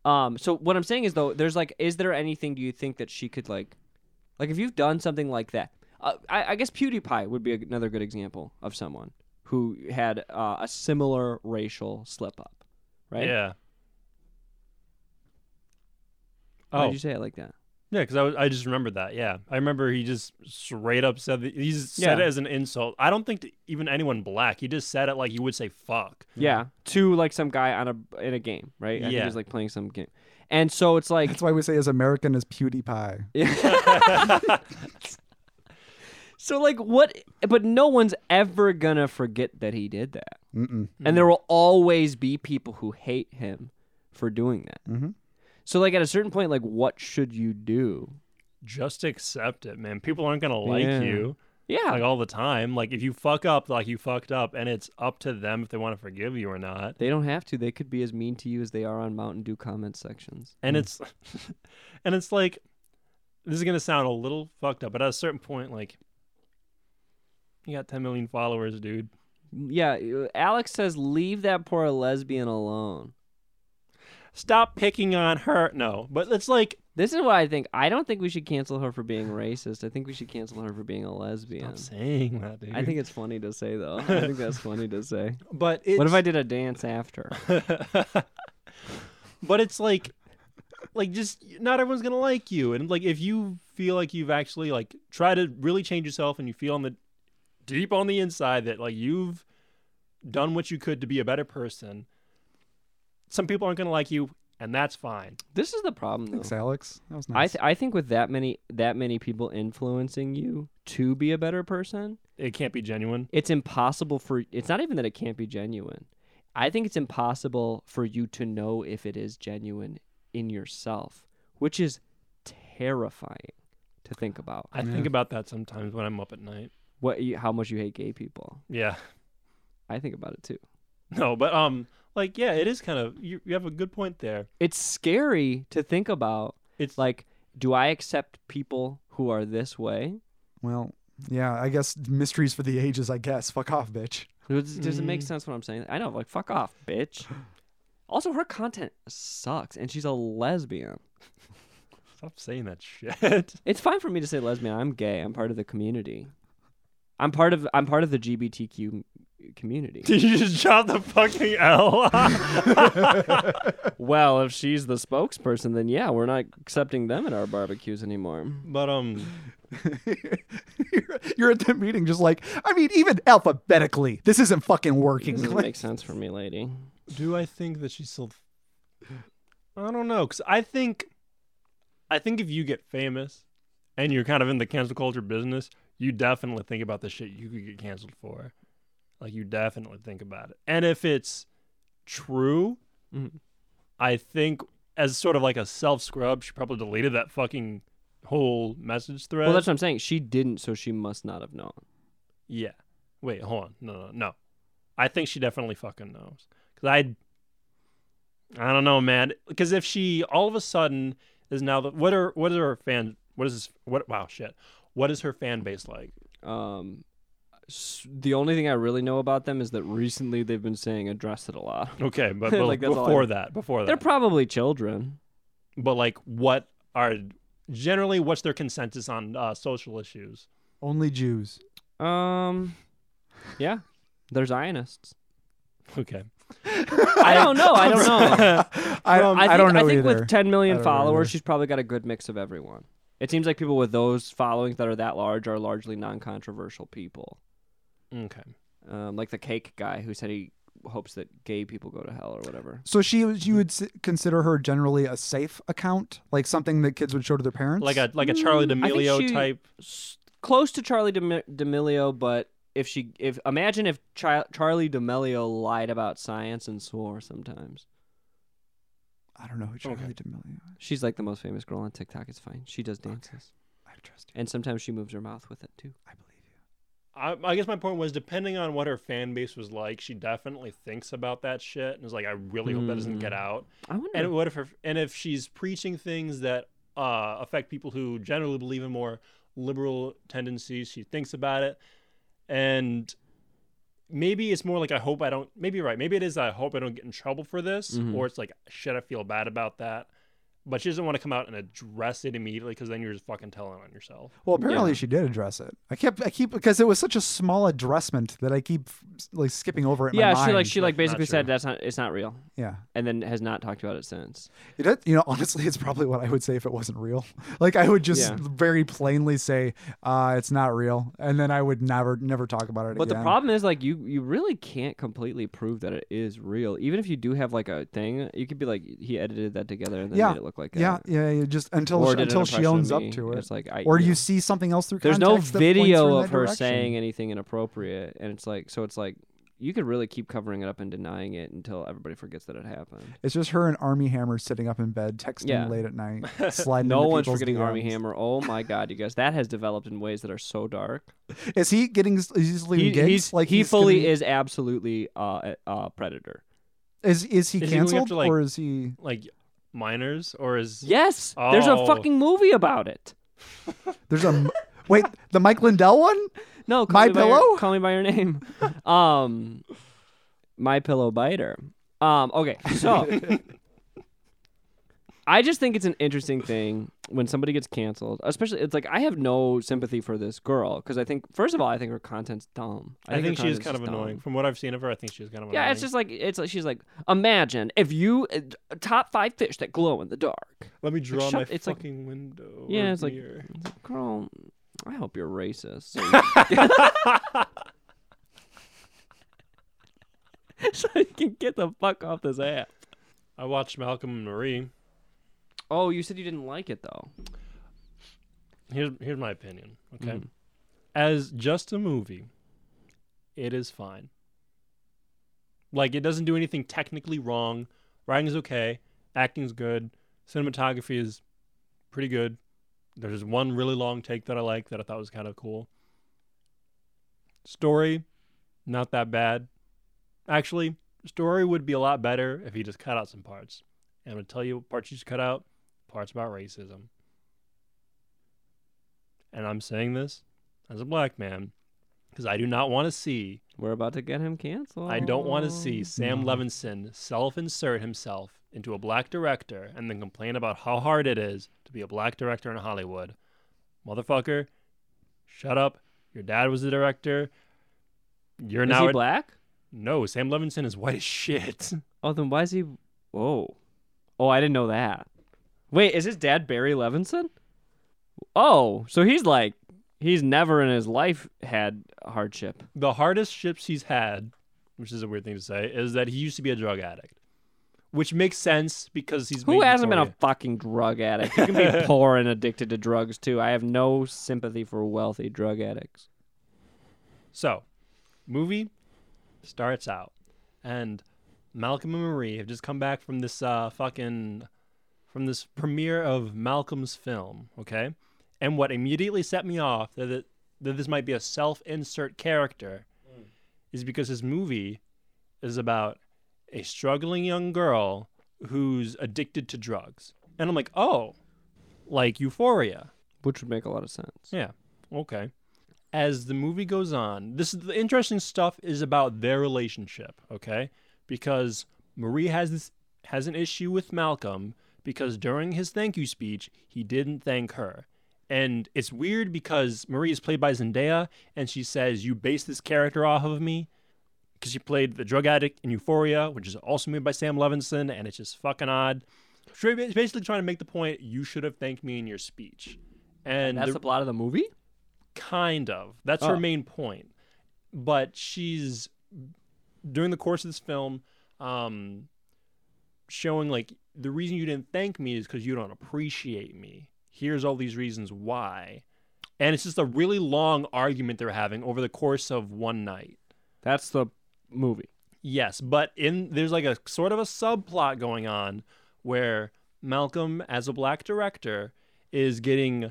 A: Um, so what I'm saying is though, there's like, is there anything do you think that she could like, like if you've done something like that? Uh, I, I guess PewDiePie would be another good example of someone who had uh, a similar racial slip up, right?
D: Yeah.
A: Why
D: Oh,
A: did you say it like that?
D: yeah, because I, was- I just remembered that. Yeah, I remember he just straight up said that, he just said
A: Yeah.
D: it as an insult. I don't think that even anyone black. He just said it like you would say fuck.
A: Yeah, to like some guy on a in a game, right? I think he
D: Yeah.
A: was like playing some game, and so it's like
E: That's why we say as American as PewDiePie.
A: So like what but no one's ever gonna forget that he did that.
E: Mm-mm.
A: And there will always be people who hate him for doing that.
E: Mhm.
A: So like at a certain point like what should you do?
D: Just accept it, man. People aren't gonna like
A: Yeah.
D: you
A: Yeah.
D: like all the time. Like if you fuck up, like you fucked up, and it's up to them if they want to forgive you or not.
A: they don't have to. They could be as mean to you as they are on Mountain Dew comment sections.
D: and it's and it's like this is gonna sound a little fucked up, but at a certain point, like you got 10 million followers, dude.
A: Yeah, uh, Alex says leave that poor lesbian alone.
D: Stop picking on her. No, but it's like
A: This is what I think. I don't think we should cancel her for being racist. I think we should cancel her for being a lesbian.
D: I'm saying that, dude.
A: I think it's funny to say though. I think that's funny to say.
D: but it's,
A: What if I did a dance after?
D: but it's like like just not everyone's gonna like you and like if you feel like you've actually like try to really change yourself and you feel on the deep on the inside that like you've done what you could to be a better person some people aren't gonna like you and that's fine
A: This is the problem, though.
E: Thanks, Alex. That was
A: I
E: nice.
A: th- I think with that many that many people influencing you to be a better person,
D: it can't be genuine
A: it's impossible for. It's not even that it can't be genuine. I think it's impossible for you to know if it is genuine in yourself, which is terrifying to think about.
D: i think about that sometimes when i'm up at night
A: What you, how much you hate gay people.
D: yeah
A: I think about it too.
D: no but um like yeah it is kind of you, you have a good point there
A: It's scary to think about.
D: it's like
A: Like, do I accept people who are this way?
E: well, yeah, I guess mysteries for the ages. I guess. Fuck off, bitch.
A: Does, does it make
D: Mm.
A: sense what I'm saying? I know, like, fuck off, bitch. Also, her content sucks, and she's a lesbian.
D: stop saying that shit
A: It's fine for me to say lesbian. I'm gay. I'm part of the community. I'm part of I'm part of the GBTQ community.
D: Did you just drop the fucking L?
A: well, if she's the spokesperson, then yeah, we're not accepting them at our barbecues anymore.
D: but um,
E: you're, you're at the meeting, just like I mean, even alphabetically, this isn't fucking working.
A: Doesn't
E: Like,
A: make sense for me, lady.
D: do I think that she's still? I don't know, cause I think, I think if you get famous, and you're kind of in the cancel culture business, you definitely think about the shit you could get canceled for. Like you definitely think about it, and if it's true,
A: Mhm.
D: I think as sort of like a self scrub, she probably deleted that fucking whole message thread.
A: Well, that's what I'm saying. She didn't, so she must not have known.
D: yeah. Wait, hold on. No, no, no. I think she definitely fucking knows. Cause I, I don't know, man. Because if she all of a sudden is now the what are what is her fan? What is this? What? Wow, shit. What is her fan base like?
A: Um, s- the only thing I really know about them is that recently they've been saying address it a lot.
D: Okay, but, but
A: Like, that's all I-
D: before that, before that,
A: They're probably children.
D: but like what are generally what's their consensus on uh, social issues
E: Only Jews.
A: Um, yeah, they're Zionists.
D: okay
A: I don't know. I don't know.
E: I don't.
A: I, think,
E: I don't know
A: I think
E: either.
A: with 10 million
E: I don't know
A: followers,
E: either.
A: she's probably got a good mix of everyone. It seems like people with those followings that are that large are largely non-controversial people.
D: okay
A: Um, like the cake guy who said he hopes that gay people go to hell or whatever.
E: so she was. You would s- consider her generally a safe account, like something that kids would show to their parents.
D: like a like a charlie
A: Mm, I think
D: d'amelio
A: she-
D: type
A: S- Close to Charlie D'Am- D'Amelio, but if she, if imagine if Chi- Charlie D'Amelio lied about science and swore sometimes.
E: I don't know who Charlie
D: Okay.
E: D'Amelio. is.
A: She's like the most famous girl on TikTok. It's fine. She does dances,
E: I trust you.
A: and sometimes she moves her mouth with it too.
E: I believe you.
D: I, I guess my point was depending on what her fan base was like she definitely thinks about that shit and is like i really hope that doesn't
A: Mm.
D: get out
A: I wonder.
D: and what if her and if she's preaching things that uh, affect people who generally believe in more liberal tendencies she thinks about it and maybe it's more like i hope i don't maybe you're right maybe it is i hope i don't get in trouble for this
A: Mhm.
D: or it's like shit i feel bad about that but she doesn't want to come out and address it immediately because then you're just fucking telling on yourself
E: Well, apparently she did address it. I kept. I keep because it was such a small addressment that I keep like skipping over it. in my
A: yeah, she like
E: mind.
A: she like
D: but not
A: basically
D: true.
A: said that's not it's not real,
E: Yeah.
A: and then has not talked about it since.
E: It, is- you know, honestly, it's probably what I would say if it wasn't real. Like I would just
A: Yeah.
E: very plainly say, uh, "It's not real," and then I would never, never talk about it
A: But
E: again.
A: the problem is like you you really can't completely prove that it is real. Even if you do have like a thing, you could be like he edited that together and then
E: Yeah.
A: made it look like
E: yeah,
A: that.
E: yeah, yeah, just until
A: Or
E: she,
A: did an
E: until she
A: impression of
E: owns up
A: me.
E: to it,
A: It's like I
E: or
A: yeah.
E: you see something else through.
A: There's no
E: context that points her
A: video
E: in that
A: of her
E: direction.
A: saying anything inappropriate, and it's like so it's like you could really keep covering it up and denying it until everybody forgets that it happened.
E: It's just her and Army Hammer sitting up in bed, texting
A: Yeah.
E: late at night, sliding.
A: No
E: into
A: one's
E: people's
A: forgetting Army
E: DMs.
A: Hammer. Oh my god, you guys, that has developed in ways that are so dark.
E: Is he getting? Is he just leaving
A: He,
E: gigs?
A: he's
E: like
A: he fully
E: giving-
A: is absolutely uh, a a predator.
E: Is is
D: Is he
E: he
D: going after,
E: canceled
D: like-
E: or is he?
D: like minors or is
A: Yes, there's a
D: Oh.
A: fucking movie about it.
E: There's a wait. The Mike Lindell one.
A: No, call
E: My
A: me by your-
E: Pillow?
A: call me by your name. um, my pillow biter. Um, okay, so I just think it's an interesting thing when somebody gets canceled. Especially, it's like I have no sympathy for this girl because I think first of all, I think her content's dumb.
D: I, think,
A: her
D: she is
A: content's
D: kind of
A: just dumb.
D: annoying. From what I've seen of her, I think she's kind of annoying.
A: Yeah, it's just like it's like she's like, imagine if you uh, top five fish that glow in the dark.
D: let me draw
A: shut-
D: my
A: it's like-
D: fucking window.
A: Yeah,
D: or
A: it's like-
D: beer.
A: Girl, I hope you're racist. so you- so you can get the fuck off this app.
D: I watched Malcolm and Marie.
A: Oh, you said you didn't like it though.
D: Here's here's my opinion. Okay, Hmm. as just a movie, it is fine. Like it doesn't do anything technically wrong. Writing is okay. Acting is good. Cinematography is pretty good. There's one really long take that I like that I thought was kind of cool. Story, not that bad. Actually, story would be a lot better if you just cut out some parts. And I'm gonna tell you what parts you should cut out. Parts about racism. And I'm saying this as a black man because I do not want to see
A: We're about to get him canceled.
D: I don't want to
A: Oh.
D: see
A: Mm.
D: Sam
E: No.
D: Levinson self insert himself into a black director and then complain about how hard it is to be a black director in Hollywood. Motherfucker, shut up. Your dad was the director. You're
A: Is
D: now.
A: he
D: a-
A: black?
D: No, Sam Levinson is white as shit.
A: Oh, then why is he? Oh, oh, I didn't know that. Wait, is his dad Barry Levinson? Oh, so he's like, he's never in his life had hardship.
D: the hardest ships he's had, which is a weird thing to say, is that he used to be a drug addict, which makes sense because he's
A: Who
D: made
A: hasn't been a
D: Victoria.
A: fucking drug addict? You can be poor and addicted to drugs too. I have no sympathy for wealthy drug addicts.
D: So, movie starts out, and Malcolm and Marie have just come back from this uh, fucking from this premiere of Malcolm's film, okay? And what immediately set me off that it, that this might be a self-insert character is because his movie is about a struggling young girl who's addicted to drugs. And I'm like, "Oh, like Euphoria."
A: which would make a lot of sense.
D: Yeah. Okay. As the movie goes on, this the interesting stuff is about their relationship, okay? Because Marie has this has an issue with Malcolm because during his thank you speech, he didn't thank her. And it's weird because Marie is played by Zendaya and she says, "You base this character off of me." Because she played the drug addict in Euphoria, which is also made by Sam Levinson, and it's just fucking odd. She- It's basically trying to make the point you should have thanked me in your speech. And
A: That's
D: the-
A: the, plot of the movie?
D: kind of that's
A: Oh.
D: her main point but she's during the course of this film um showing like the reason you didn't thank me is because you don't appreciate me here's all these reasons why and it's just a really long argument they're having over the course of one night
A: That's the movie.
D: Yes, but in there's like a sort of a subplot going on where Malcolm, as a black director, is getting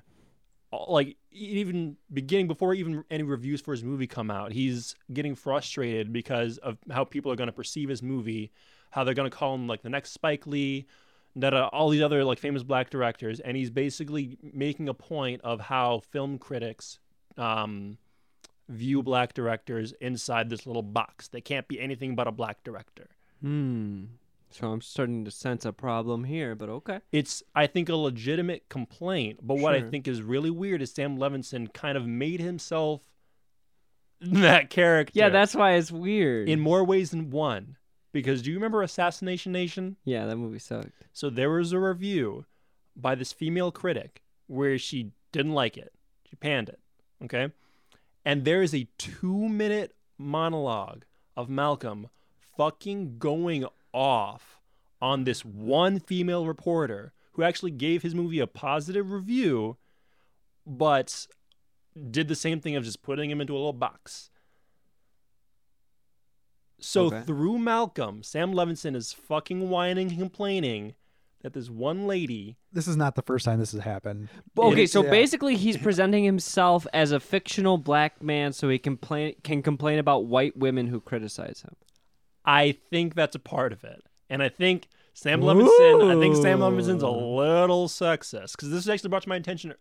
D: uh, like e, even beginning before even any reviews for his movie come out, he's getting frustrated because of how people are going to perceive his movie, how they're going to call him like the next Spike Lee, da da, all these other like famous black directors, and he's basically making a point of how film critics. Um, view black directors inside this little box. They can't be anything but a black director.
A: Hmm. So I'm starting to sense a problem here, but okay.
D: It's, I think, a legitimate complaint. But what I
A: Sure.
D: think is really weird is Sam Levinson kind of made himself that character.
A: Yeah, that's why it's weird.
D: in more ways than one. Because do you remember Assassination Nation?
A: yeah, that movie sucked.
D: So there was a review by this female critic where she didn't like it. She panned it. Okay. And there is a two minute monologue of Malcolm fucking going off on this one female reporter who actually gave his movie a positive review, but did the same thing of just putting him into a little box. So
A: Okay.
D: through Malcolm, Sam Levinson is fucking whining and complaining that this one lady
E: This is not the first time this has happened.
A: Okay,
E: It's-
A: so
E: yeah.
A: basically he's presenting himself as a fictional black man so he complain can complain about white women who criticize him.
D: I think that's a part of it. And I think Sam Levinson, I think Sam
A: Ooh.
D: Levinson's a little sexist because this was actually brought to my attention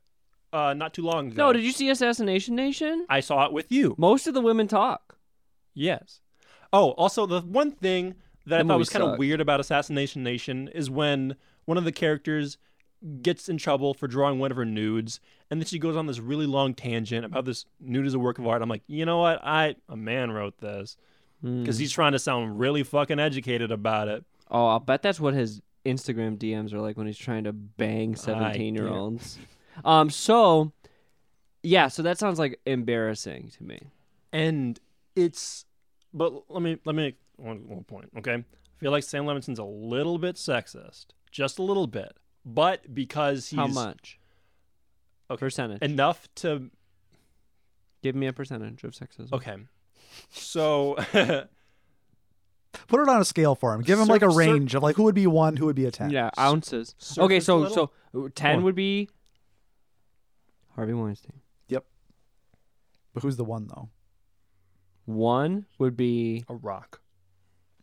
D: uh, not too long ago.
A: No, did you see Assassination Nation?
D: I saw it with you.
A: Most of the women talk.
D: Yes. Oh, also the one thing that
A: That
D: I thought
A: movie
D: was kind of
A: sucked.
D: weird about Assassination Nation is when one of the characters gets in trouble for drawing one of her nudes, and then she goes on this really long tangent about this nude is a work of art. I'm like, you know what? I a man wrote this
A: Hmm.
D: because
A: Mm-hmm.
D: he's trying to sound really fucking educated about it.
A: Oh, I'll bet that's what his Instagram DMs are like when he's trying to bang seventeen year
D: yeah.
A: olds. Um, so yeah, so that sounds like embarrassing to me.
D: and it's but let me let me make one, one point okay i feel like sam levinson's a little bit sexist just a little bit but because he's
A: How much?
D: Okay.
A: Percentage.
D: enough to
A: Give me a percentage of sexism.
D: okay so
E: Put it on a scale for him. Give him like a
D: Surf- surf-
E: range of like who would be one, who would be a ten.
A: Yeah, ounces.
D: surface
A: Okay, so
D: level?
A: so uh, ten
D: Or-
A: would be Harvey Weinstein.
E: But who's the one though?
A: One would be
D: a rock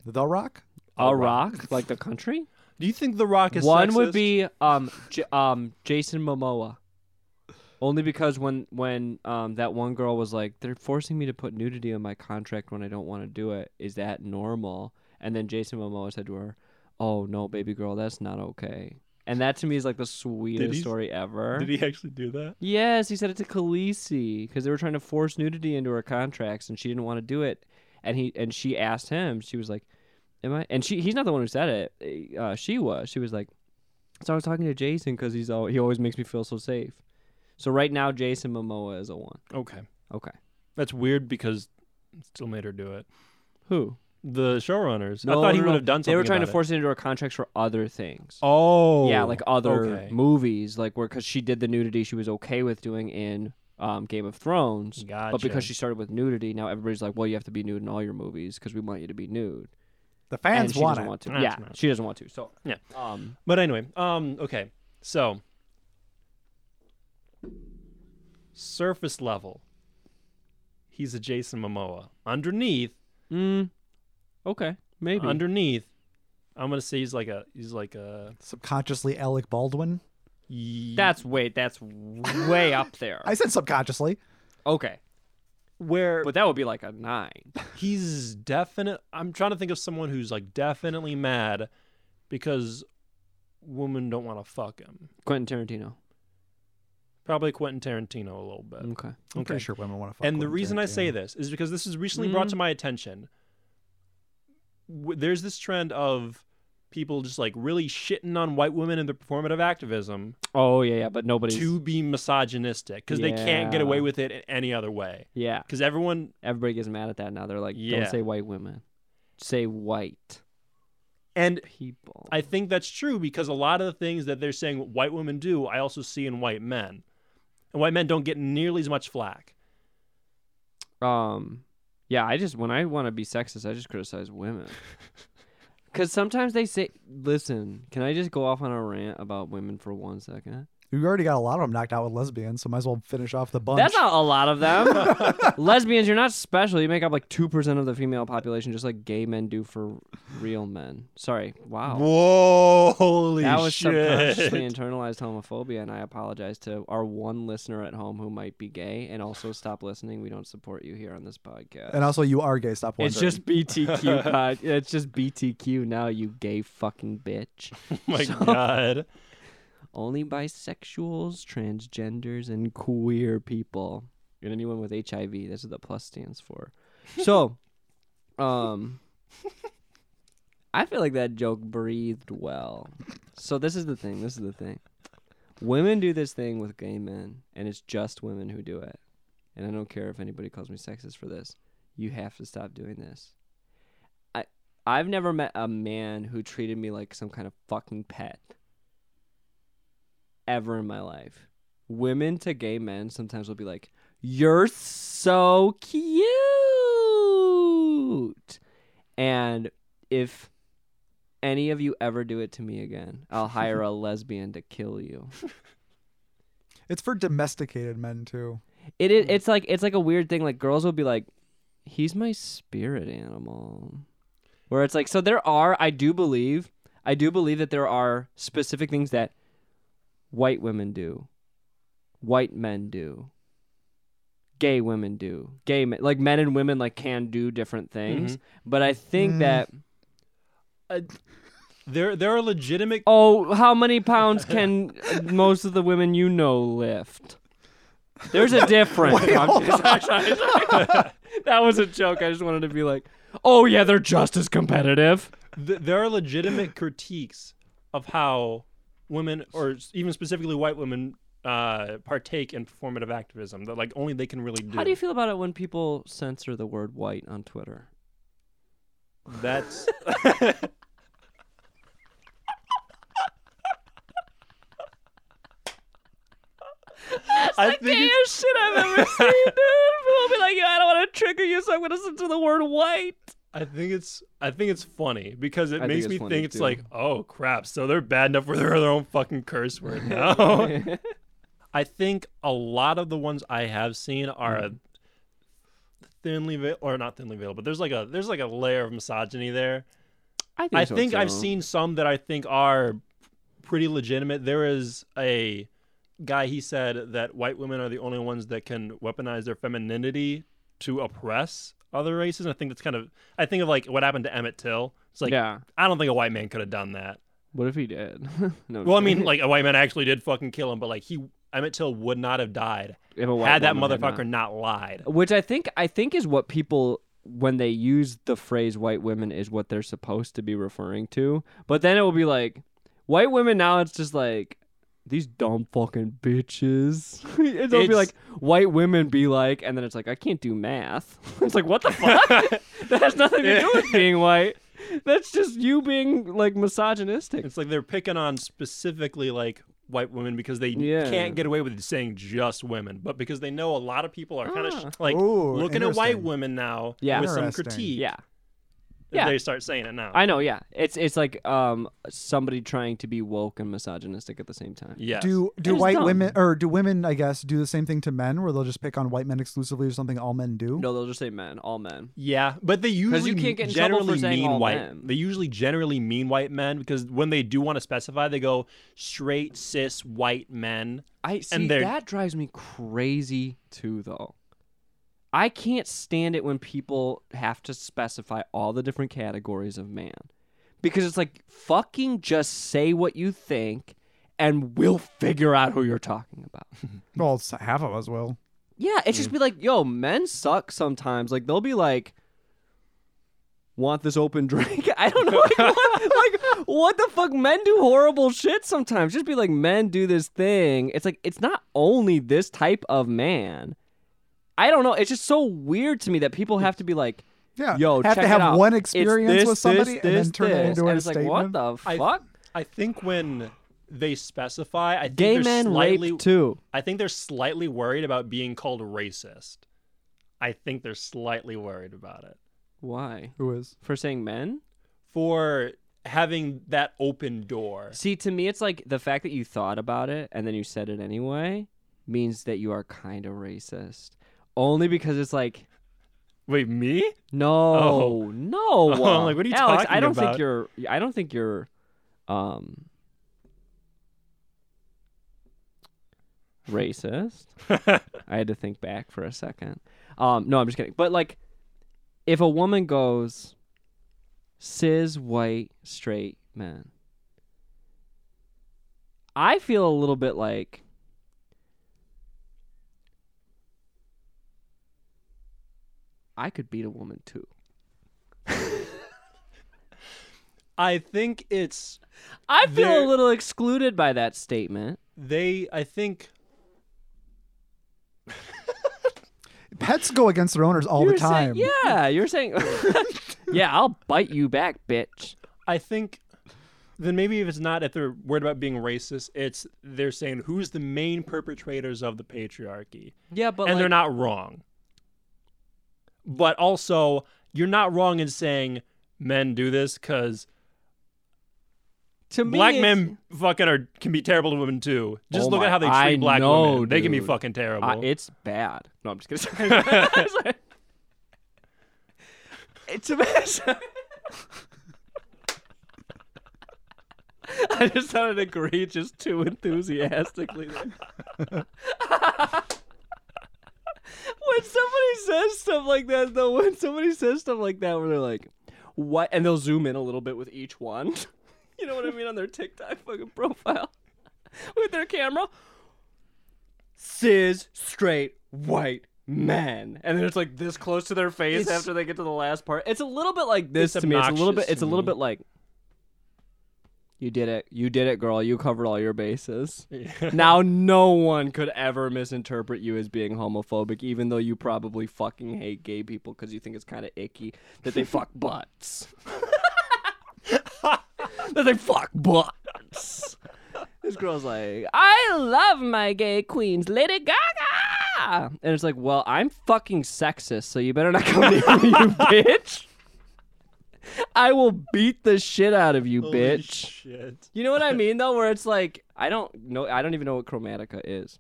E: The Rock.
D: Oh,
A: a rock, like the country.
D: do you think the rock is
A: One would
D: sexist?
A: be um J- um Jason Momoa. Only because when when um that one girl was like, they're forcing me to put nudity in my contract when I don't want to do it. Is that normal? And then Jason Momoa said to her, "Oh no, baby girl, that's not okay." And that to me is like the sweetest
D: he-
A: story ever.
D: did he actually do that
A: Yes, he said it to Khaleesi because they were trying to force nudity into her contracts, and she didn't want to do it. And he and she asked him. She was like, "Am I?" And she he's not the one who said it. Uh, she was. She was like, "So I was talking to Jason because he's all he always makes me feel so safe." So right now, Jason Momoa is a one.
D: okay
A: Okay,
D: that's weird because it still made her do it
A: who?
D: the showrunners i thought he would have done something
A: They were trying to
D: about it.
A: force it into her contracts for other things.
D: oh
A: yeah, like other
D: okay.
A: movies, like where because she did the nudity she was okay with doing in um, Game of Thrones,
D: gotcha.
A: but because she started with nudity, now everybody's like, well, you have to be nude in all your movies because we want you to be nude.
E: The
A: and
E: fans
A: she
E: want
A: doesn't
E: it.
A: want to.
D: That's
A: Yeah,
D: right.
A: she doesn't want to. So
D: Yeah.
A: um,
D: But anyway, um, okay, so surface level, he's a Jason Momoa. Underneath,
A: mm, okay, maybe.
D: underneath, I'm gonna say he's like a he's like a.
E: Subconsciously, Alec Baldwin.
D: ye-
A: that's wait, that's way up there.
E: I said subconsciously.
A: okay,
D: where
A: but that would be like a nine.
D: he's definite. I'm trying to think of someone who's like definitely mad because women don't want to fuck him.
A: Quentin Tarantino.
D: Probably Quentin Tarantino a little bit.
A: Okay.
E: I'm
D: Okay.
E: pretty sure women want to fuck.
D: and the
E: Quentin
D: reason I say
E: Tarantino.
D: this is because this was recently brought to my attention. W- there's this trend of people just like really shitting on white women and their performative activism
A: Oh yeah, yeah, but nobody's.
D: to be misogynistic because they can't get
A: Yeah.
D: away with it in any other way.
A: Yeah,
D: Because everyone,
A: everybody gets mad at that now. They're like,
D: Yeah.
A: don't say white women, say white
D: and
A: people.
D: I think that's true because a lot of the things that they're saying white women do, I also see in white men. And white men don't get nearly as much flack.
A: um, yeah, I just when I want to be sexist, I just criticize women. Because sometimes they say, "Listen, can I just go off on a rant about women for one second?
E: You already got a lot of them knocked out with lesbians, so might as well finish off the bunch.
A: That's not a lot of them. Lesbians, you're not special. You make up like two percent of the female population, just like gay men do for real men. Sorry, wow.
D: Whoa, holy
A: that was subconsciously internalized homophobia, and I apologize to our one listener at home who might be gay, and also stop listening. We don't support you here on this podcast.
E: And also, you are gay. Stop wondering.
A: it's just BTQ. pod- it's just BTQ now, you gay fucking bitch.
D: my God.
A: Only bisexuals, transgenders, and queer people, and anyone with HIV. That's what the plus stands for. So, um, I feel like that joke breathed well. So this is the thing. This is the thing. Women do this thing with gay men, and it's just women who do it. And I don't care if anybody calls me sexist for this. You have to stop doing this. I I've never met a man who treated me like some kind of fucking pet ever in my life. Women to gay men sometimes will be like, "You're so cute," and if any of you ever do it to me again, I'll hire a lesbian to kill you.
E: It's for domesticated men too.
A: It is. It's like it's like a weird thing. Like girls will be like, "He's my spirit animal," where it's like so. There are. I do believe. I do believe that there are specific things that white women do, white men do, gay women do, gay men like men and women like can do different things. But I think
E: Mm.
A: that
D: There, there are legitimate
A: Oh, how many pounds can most of the women you know lift? There's a difference. I'm just- sorry, sorry. that was a joke. I just wanted to be like, oh yeah, they're just as competitive.
D: th- there are legitimate critiques of how women, or s- even specifically white women, uh, partake in performative activism that like only they can really do.
A: How do you feel about it when people censor the word white on Twitter?
D: That's I
A: Like,
D: think it's-
A: shit I've ever seen, dude. People be like, yeah, I don't want to trigger you, so I'm gonna censor the word white.
D: I think it's I think it's funny because it
A: I think
D: makes
A: it's
D: me
A: funny,
D: think it's
A: too.
D: like oh crap so they're bad enough where they're their own fucking curse word now. I think a lot of the ones I have seen are
A: Mm.
D: thinly veiled or not thinly veiled, but there's like a there's like a layer of misogyny there.
A: I think,
D: I
A: so,
D: think I've
A: too.
D: seen some that I think are pretty legitimate. There is a guy he said that white women are the only ones that can weaponize their femininity to oppress other races. And I think that's kind of I think of like what happened to Emmett Till. It's like
A: yeah.
D: I don't think a white man could have done that.
A: What if he did? no, I'm
D: Well, I
A: kidding.
D: mean, like a white man actually did fucking kill him, but like he Emmett Till would not have died
A: If a white
D: had that
A: woman not-
D: motherfucker not lied.
A: which I think I think is what people when they use the phrase white women is what they're supposed to be referring to. But then it will be like white women now it's just like these dumb fucking bitches. And They'll be
D: It's-
A: like white women be like and then it's like I can't do math. it's like what the fuck? that has nothing to do with being white. That's just you being like misogynistic.
D: It's like they're picking on specifically like white women because they
A: Yeah.
D: can't get away with saying just women, but because they know a lot of people are kind of
A: Ah.
D: like
E: Ooh,
D: looking at white
E: interesting.
D: women now
A: Yeah.
D: with some
E: Interesting.
D: critique.
A: Yeah.
D: if
A: Yeah.
D: they start saying it now.
A: I know, yeah. It's it's like um somebody trying to be woke and misogynistic at the same time.
D: yes.
E: Do do
A: It's
E: white
A: dumb.
E: women or do women, I guess, do the same thing to men where they'll just pick on white men exclusively or something all men do?
A: No, they'll just say men, all men.
D: Yeah, but they usually
A: can't get in trouble
D: generally
A: for saying
D: mean
A: all
D: white.
A: men.
D: They usually generally mean white men because when they do want to specify, they go straight cis white men.
A: I see
D: And they're-
A: that drives me crazy too though. I can't stand it when people have to specify all the different categories of man. Because it's like fucking just say what you think and we'll figure out who you're talking about.
E: Well, s- half of us will.
A: Yeah, it's just be like, yo, men suck sometimes. Like they'll be like, want this open drink? I don't know. Like what, like, what the fuck? Men do horrible shit sometimes. Just be like, men do this thing. It's like it's not only this type of man. I don't know. It's just so weird to me that people have to be like,
E: Yeah.
A: yo,
E: have
A: check
E: to
A: it
E: have
A: out.
E: one
A: It's
E: experience
A: this,
E: with somebody
A: this,
E: and then
A: this,
E: turn it
A: this.
E: into
A: and
E: a
A: it's like,
E: statement.
A: what the
D: I-
A: fuck?
D: I think when they specify, I think
A: Gay
D: they're
A: men
D: slightly,
A: rape too.
D: I think they're slightly worried about being called racist. I think they're slightly worried about it
A: Why?
E: Who is?
A: For saying men?
D: for having that open door.
A: See, to me, it's like the fact that you thought about it and then you said it anyway means that you are kind of racist. Only because it's like,
D: Wait, me?
A: no,
D: Oh.
A: no,
D: I'm like, what are you
A: Alex, I
D: talking
A: don't think
D: about?
A: you're. I don't think you're. Um. Racist. I had to think back for a second. Um, no, I'm just kidding. But like, if a woman goes, cis white straight man, I feel a little bit like. I could beat a woman too.
D: I think it's
A: I feel
D: There-
A: a little excluded by that statement.
D: they. I think
E: Pets go against their owners all the
A: You're saying-
E: time.
A: yeah, you're saying. yeah, I'll bite you back, bitch.
D: I think then maybe if it's not if they're worried about being racist, it's they're saying who's the main perpetrators of the patriarchy,
A: Yeah, but
D: and they're not wrong. But also, you're not wrong in saying men do this because
A: to me,
D: black
A: it's-
D: men fucking are can be terrible to women too. Just
A: Oh
D: look
A: my-
D: at how they treat
A: I
D: black
A: know,
D: women; they can be
A: dude.
D: fucking terrible.
A: Uh, it's bad. No, I'm just kidding. it's a mess. I just sounded egregious too enthusiastically there. when somebody says stuff like that, though, when somebody says stuff like that, where they're like, what? And they'll zoom in a little bit with each one. you know what I mean? On their TikTok fucking profile with their camera cis, straight, white men. And then it's like this close to their face
D: It's-
A: after they get to the last part. It's a little bit like this
D: It's
A: to me. It's a little
D: obnoxious
A: bit it's
D: to
A: a little
D: me.
A: bit like you did it. You did it, girl. You covered all your bases. now no one could ever misinterpret you as being homophobic even though you probably fucking hate gay people cuz you think it's kind of icky that they fuck butts. that they fuck butts. This girl's like, I love my gay queens, Lady Gaga. And it's like, well, I'm fucking sexist, so you better not come near me, you bitch. I will beat the shit out of you,
D: Holy
A: bitch.
D: shit.
A: You know what I mean, though, where it's like, I don't know, I don't even know what chromatica is.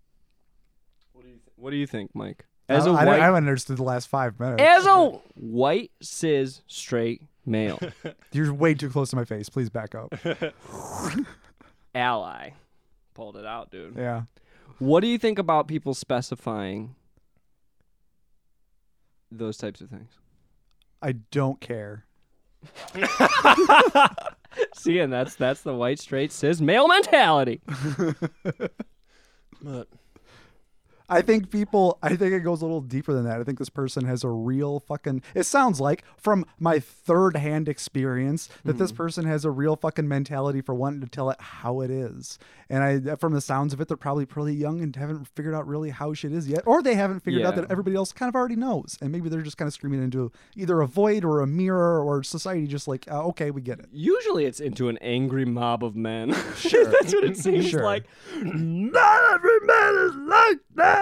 A: What do you think, Mike? As
E: I,
A: a
E: I,
A: white,
E: I haven't understood the last five minutes.
A: as a white cis straight male
E: You're way too close to my face. Please back up.
A: ally, pulled it out, dude.
E: Yeah.
A: What do you think about people specifying those types of things?
E: I don't care.
A: See, and that's that's the white straight cis male mentality.
D: But
E: I think people, I think it goes a little deeper than that. I think this person has a real fucking, it sounds like from my third hand experience that this
A: Hmm.
E: person has a real fucking mentality for wanting to tell it how it is. And I, uh, from the sounds of it, they're probably pretty young and haven't figured out really how shit is yet. Or they haven't figured out
A: Yeah.
E: that everybody else kind of already knows. And maybe they're just kind of screaming into either a void or a mirror or society just like, uh, okay, we get it.
A: Usually, it's into an angry mob of men. Sure, that's what it seems
E: Sure.
A: like. Not every man is like that.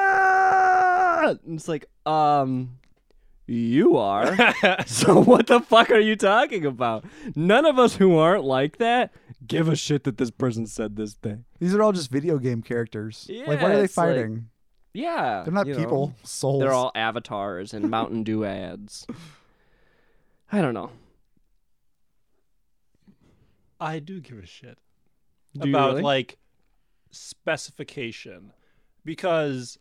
A: And it's like, um, You are. so what the fuck are you talking about? None of us who aren't like that give a shit that this person said this thing.
E: These are all just video game characters. like, why
A: Yeah,
E: are they
A: it's like-
E: fighting?
A: Yeah.
E: They're not
A: you know.
E: people, souls.
A: They're all avatars and Mountain Dew ads. I don't know.
D: I do give a shit
A: Do you
D: about
A: really?
D: like specification because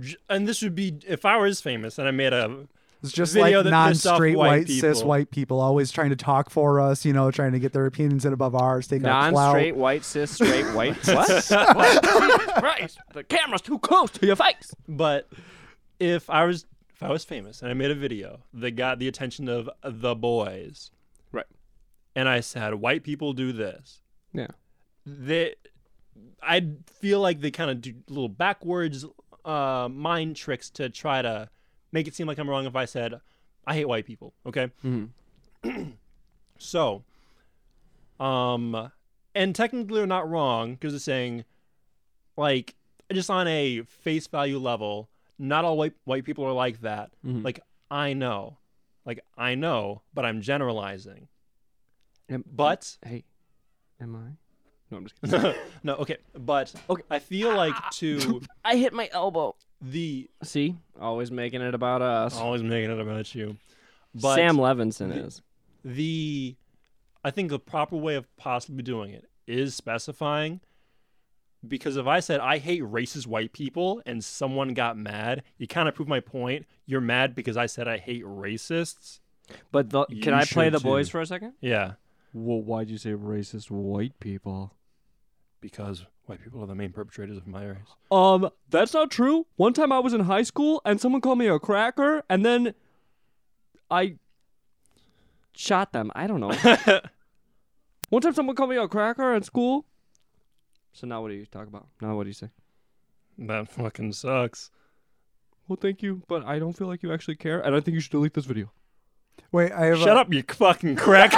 D: j- and this would be if I was famous and I made a
E: It's just like
D: video that pissed off
E: non-straight
D: white
E: white, cis
D: people.
E: white people always trying to talk for us, you know, trying to get their opinions in above ours, taking our clout.
A: Non-straight white cis straight white. what? what? Jesus Christ! The camera's too close to your face.
D: but if I was if I was famous and I made a video that got the attention of the boys
A: Right.
D: and I said white people do this
A: Yeah.
D: they I feel like they kind of do little backwards uh, mind tricks to try to make it seem like I'm wrong if I said I hate white people. Okay,
A: Mhm.
D: so um, and technically they're not wrong because they're saying like just on a face value level, not all white white people are like that.
A: Mhm.
D: Like I know, like I know, but I'm generalizing.
A: Am-
D: But
A: hey, am I? No, I'm just kidding.
D: no, okay, but okay. I feel like to
A: I hit my elbow.
D: the
A: See, always making it about us.
D: always making it about you, but
A: Sam Levinson is.
D: the I think the proper way of possibly doing it is specifying. Because if I said I hate racist white people and someone got mad, you kind of prove my point. You're mad because I said I hate racists.
A: But the,
D: You
A: can I play
D: should
A: the boys
D: too.
A: for a second?
D: Yeah,
A: Well, why'd you say racist white people?
D: because white people are the main perpetrators of my race.
A: Um, that's not true. One time I was in high school and someone called me a cracker, and then I shot them. I don't know. One time someone called me a cracker at school. So now what do you talk about? Now what do you say?
D: That fucking sucks.
A: Well, thank you, but I don't feel like you actually care, and I think you should delete this video.
E: Wait, I have
D: Shut
E: uh,
D: up, you fucking crack.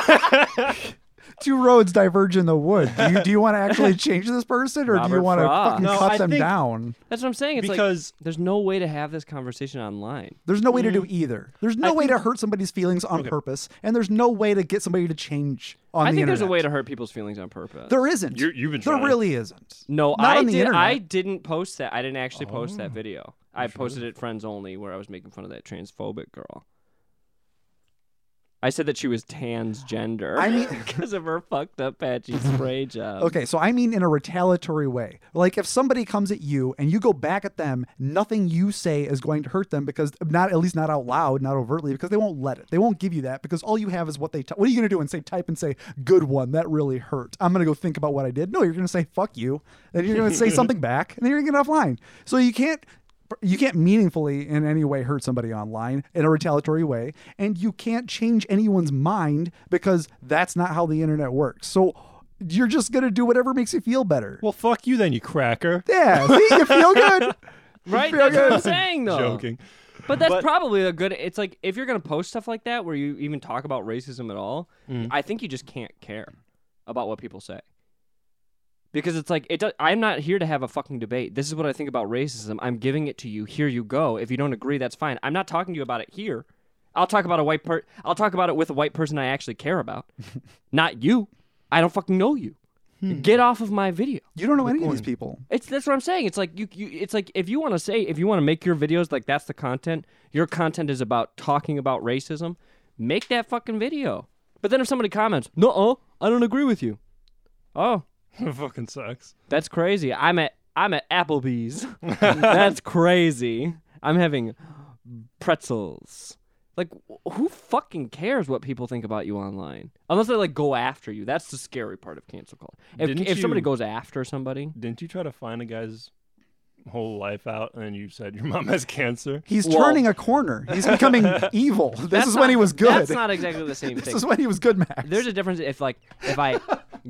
E: two roads diverge in the wood. Do you, do you want to actually change this person, or do
A: Robert
E: you want to
A: Frost.
E: fucking
D: No,
E: cut
D: I
E: them
D: think-
E: down?
A: That's what I'm saying. It's like
D: because
A: there's no way to have this conversation online.
E: There's no way to do either. There's no
D: Mm. I
E: way
D: think-
E: to hurt somebody's feelings on purpose, and there's no way to get somebody to change on
A: I
E: the
A: think
E: internet.
A: there's a way to hurt people's feelings on purpose.
E: There isn't.
D: You- you've been
E: there
D: trying.
E: really isn't.
A: No, I
E: Not on the
A: did.
E: internet. Oh.
A: I didn't post that. I didn't actually post that video. I posted it friends only, where I was making fun of that transphobic girl. I said that she was transgender.
E: I mean-
A: because of her fucked up patchy spray job.
E: Okay, so I mean in a retaliatory way. Like if somebody comes at you and you go back at them, nothing you say is going to hurt them because not at least not out loud, not overtly, because they won't let it. They won't give you that because all you have is what they. T- what are you gonna do and say type and say good one that really hurt? I'm gonna go think about what I did. No, you're gonna say fuck you, and you're gonna say something back, and then you're gonna get offline. So you can't. You can't meaningfully in any way hurt somebody online in a retaliatory way, and you can't change anyone's mind because that's not how the internet works. So you're just gonna do whatever makes you feel better.
D: well, fuck you then, you cracker.
E: yeah, see, you feel good.
A: right?
E: feel
A: That's what I'm
E: good.
A: saying, though.
D: Joking.
A: But that's
D: But-
A: probably a good. It's like if you're gonna post stuff like that, where you even talk about racism at all, I think you just can't care about what people say. Because it's like it. Do, I'm not here to have a fucking debate. This is what I think about racism. I'm giving it to you. Here you go. If you don't agree, that's fine. I'm not talking to you about it here. I'll talk about a white per. I'll talk about it with a white person I actually care about, not you. I don't fucking know you. Get off of my video.
E: You don't know any of these people.
A: It's that's what I'm saying. It's like you, you it's like if you want to say if you want to make your videos like that's the content, your content is about talking about racism, make that fucking video. But then if somebody comments, "No, uh, I don't agree with you." Oh,
D: fucking sucks.
A: that's crazy. I'm at I'm at Applebee's. that's crazy. I'm having pretzels. Like wh- who fucking cares what people think about you online? Unless they like go after you. That's the scary part of cancel culture. If,
D: Didn't
A: if somebody
D: you-
A: goes after somebody,
D: Didn't you try to find a guy's whole life out and then you said your mom has cancer?
E: He's
A: Well-
E: turning a corner. He's becoming evil. This
A: That's
E: is when
A: not-
E: he was good.
A: That's not exactly the same
E: this
A: thing.
E: is when he was good, Max.
A: There's a difference if like if I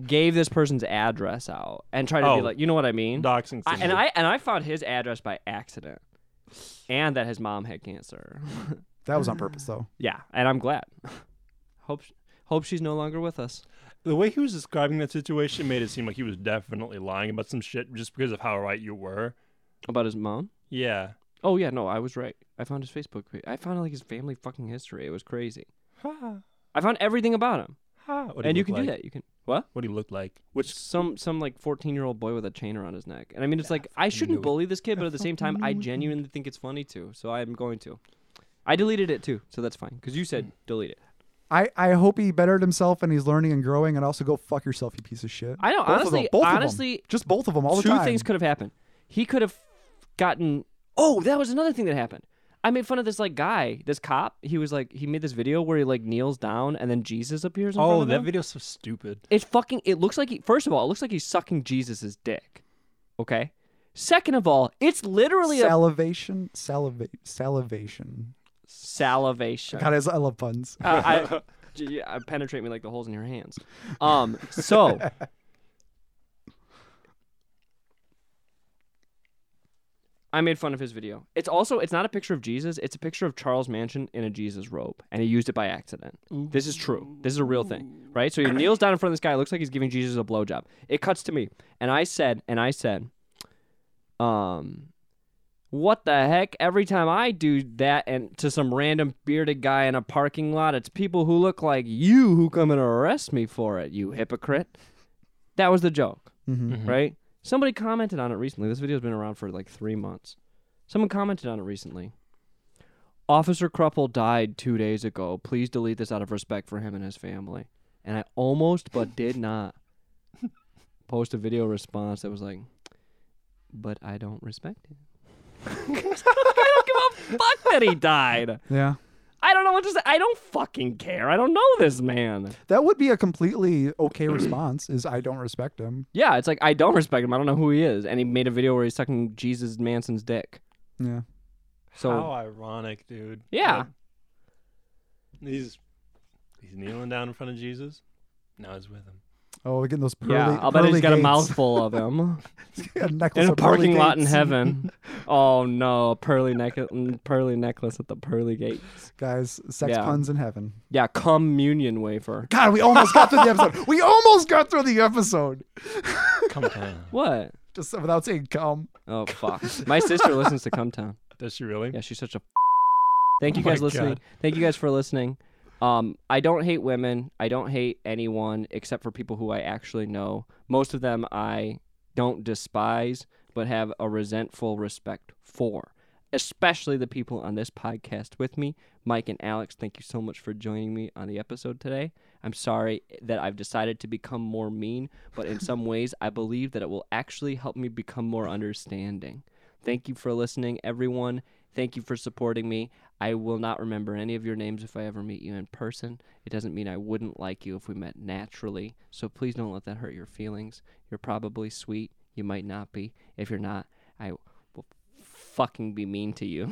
A: gave this person's address out and tried to
D: Oh.
A: be like, you know what I mean?
D: Doxing
A: Mm-hmm. I, and
D: syndrome.
A: I and I found his address by accident, and that his mom had cancer.
E: that was on purpose, though.
A: yeah, and I'm glad. hope hope she's no longer with us.
D: the way he was describing that situation made it seem like he was definitely lying about some shit just because of how right you were.
A: About his mom.
D: Yeah.
A: Oh yeah, no, I was right. I found his Facebook page. I found like his family fucking history. It was crazy.
D: Ha,
A: I found everything about him.
D: ha. What he
A: and you
D: looked
A: can
D: like.
A: do that. You can what?
D: What he looked like.
A: Which some some like fourteen year old boy with a chain around his neck. And I mean, it's like I shouldn't
D: it.
A: bully this kid, but at the same time, I genuinely think it's funny too. So I'm going to. I deleted it too, so that's fine. Because you said delete it.
E: I, I hope he bettered himself and he's learning and growing and also go fuck yourself, you piece of shit.
A: I know,
E: Both of
A: honestly-
E: them, both of them.
A: honestly,
E: just both of them all the
A: Two
E: time.
A: things could have happened. He could have gotten. Oh, that was another thing that happened. I made fun of this like guy, this cop. He was like, he made this video where he like kneels down and then Jesus appears. In front
D: Oh,
A: of
D: that
A: him.
D: video's so stupid.
A: It's fucking. It looks like he. First of all, it looks like he's sucking Jesus's dick. Okay. Second of all, it's literally a
E: salivation, salivate, salivation.
A: salivation.
E: God, I I love puns.
A: Uh, I, gee, I penetrate me like the holes in your hands. Um. So. I made fun of his video. It's also it's not a picture of Jesus. It's a picture of Charles Manson in a Jesus robe, and he used it by accident. This is true. This is a real thing, right? So he kneels down in front of this guy. Looks like he's giving Jesus a blowjob. It cuts to me, and I said, and I said, um, what the heck? Every time I do that, and to some random bearded guy in a parking lot, it's people who look like you who come and arrest me for it. You hypocrite. That was the joke
E: Mhm.
A: right? Somebody commented on it recently. This video's been around for like three months. Someone commented on it recently. Officer Kruppel died two days ago. Please delete this out of respect for him and his family. And I almost, but did not, post a video response that was like, but I don't respect it. I don't give a fuck that he died.
E: Yeah.
A: I don't know what to say. I don't fucking care. I don't know this man.
E: That would be a completely okay response is I don't respect him.
A: Yeah, it's like I don't respect him. I don't know who he is. And he made a video where he's sucking Jesus Manson's dick.
E: Yeah.
A: So
D: How ironic, dude.
A: Yeah.
D: Like, he's he's kneeling down in front of Jesus. Now he's with him.
E: Oh, we're getting those pearly
A: yeah, I'll bet he's
E: pearly
A: got a
E: gates.
A: mouthful of him
E: a necklace
A: in a
E: of pearly
A: parking lot in
E: gates.
A: heaven. oh no, pearly neck, pearly necklace at the pearly gate.
E: Guys, sex
A: Yeah.
E: puns in heaven.
A: Yeah, communion wafer.
E: God, we almost got through the episode. We almost got through the episode.
D: Come on.
A: What?
E: Just without saying come.
A: Oh fuck. My sister listens to Come Town.
D: Does she really?
A: Yeah, she's such a. Thank you
D: Oh my
A: guys listening.
D: God.
A: Thank you guys for listening. Um, I don't hate women. I don't hate anyone except for people who I actually know. Most of them I don't despise, but have a resentful respect for. Especially the people on this podcast with me, Mike and Alex. Thank you so much for joining me on the episode today. I'm sorry that I've decided to become more mean, but in some ways, I believe that it will actually help me become more understanding. Thank you for listening, everyone. Thank you for supporting me. I will not remember any of your names if I ever meet you in person. It doesn't mean I wouldn't like you if we met naturally. So please don't let that hurt your feelings. You're probably sweet. You might not be. If you're not, I will fucking be mean to you.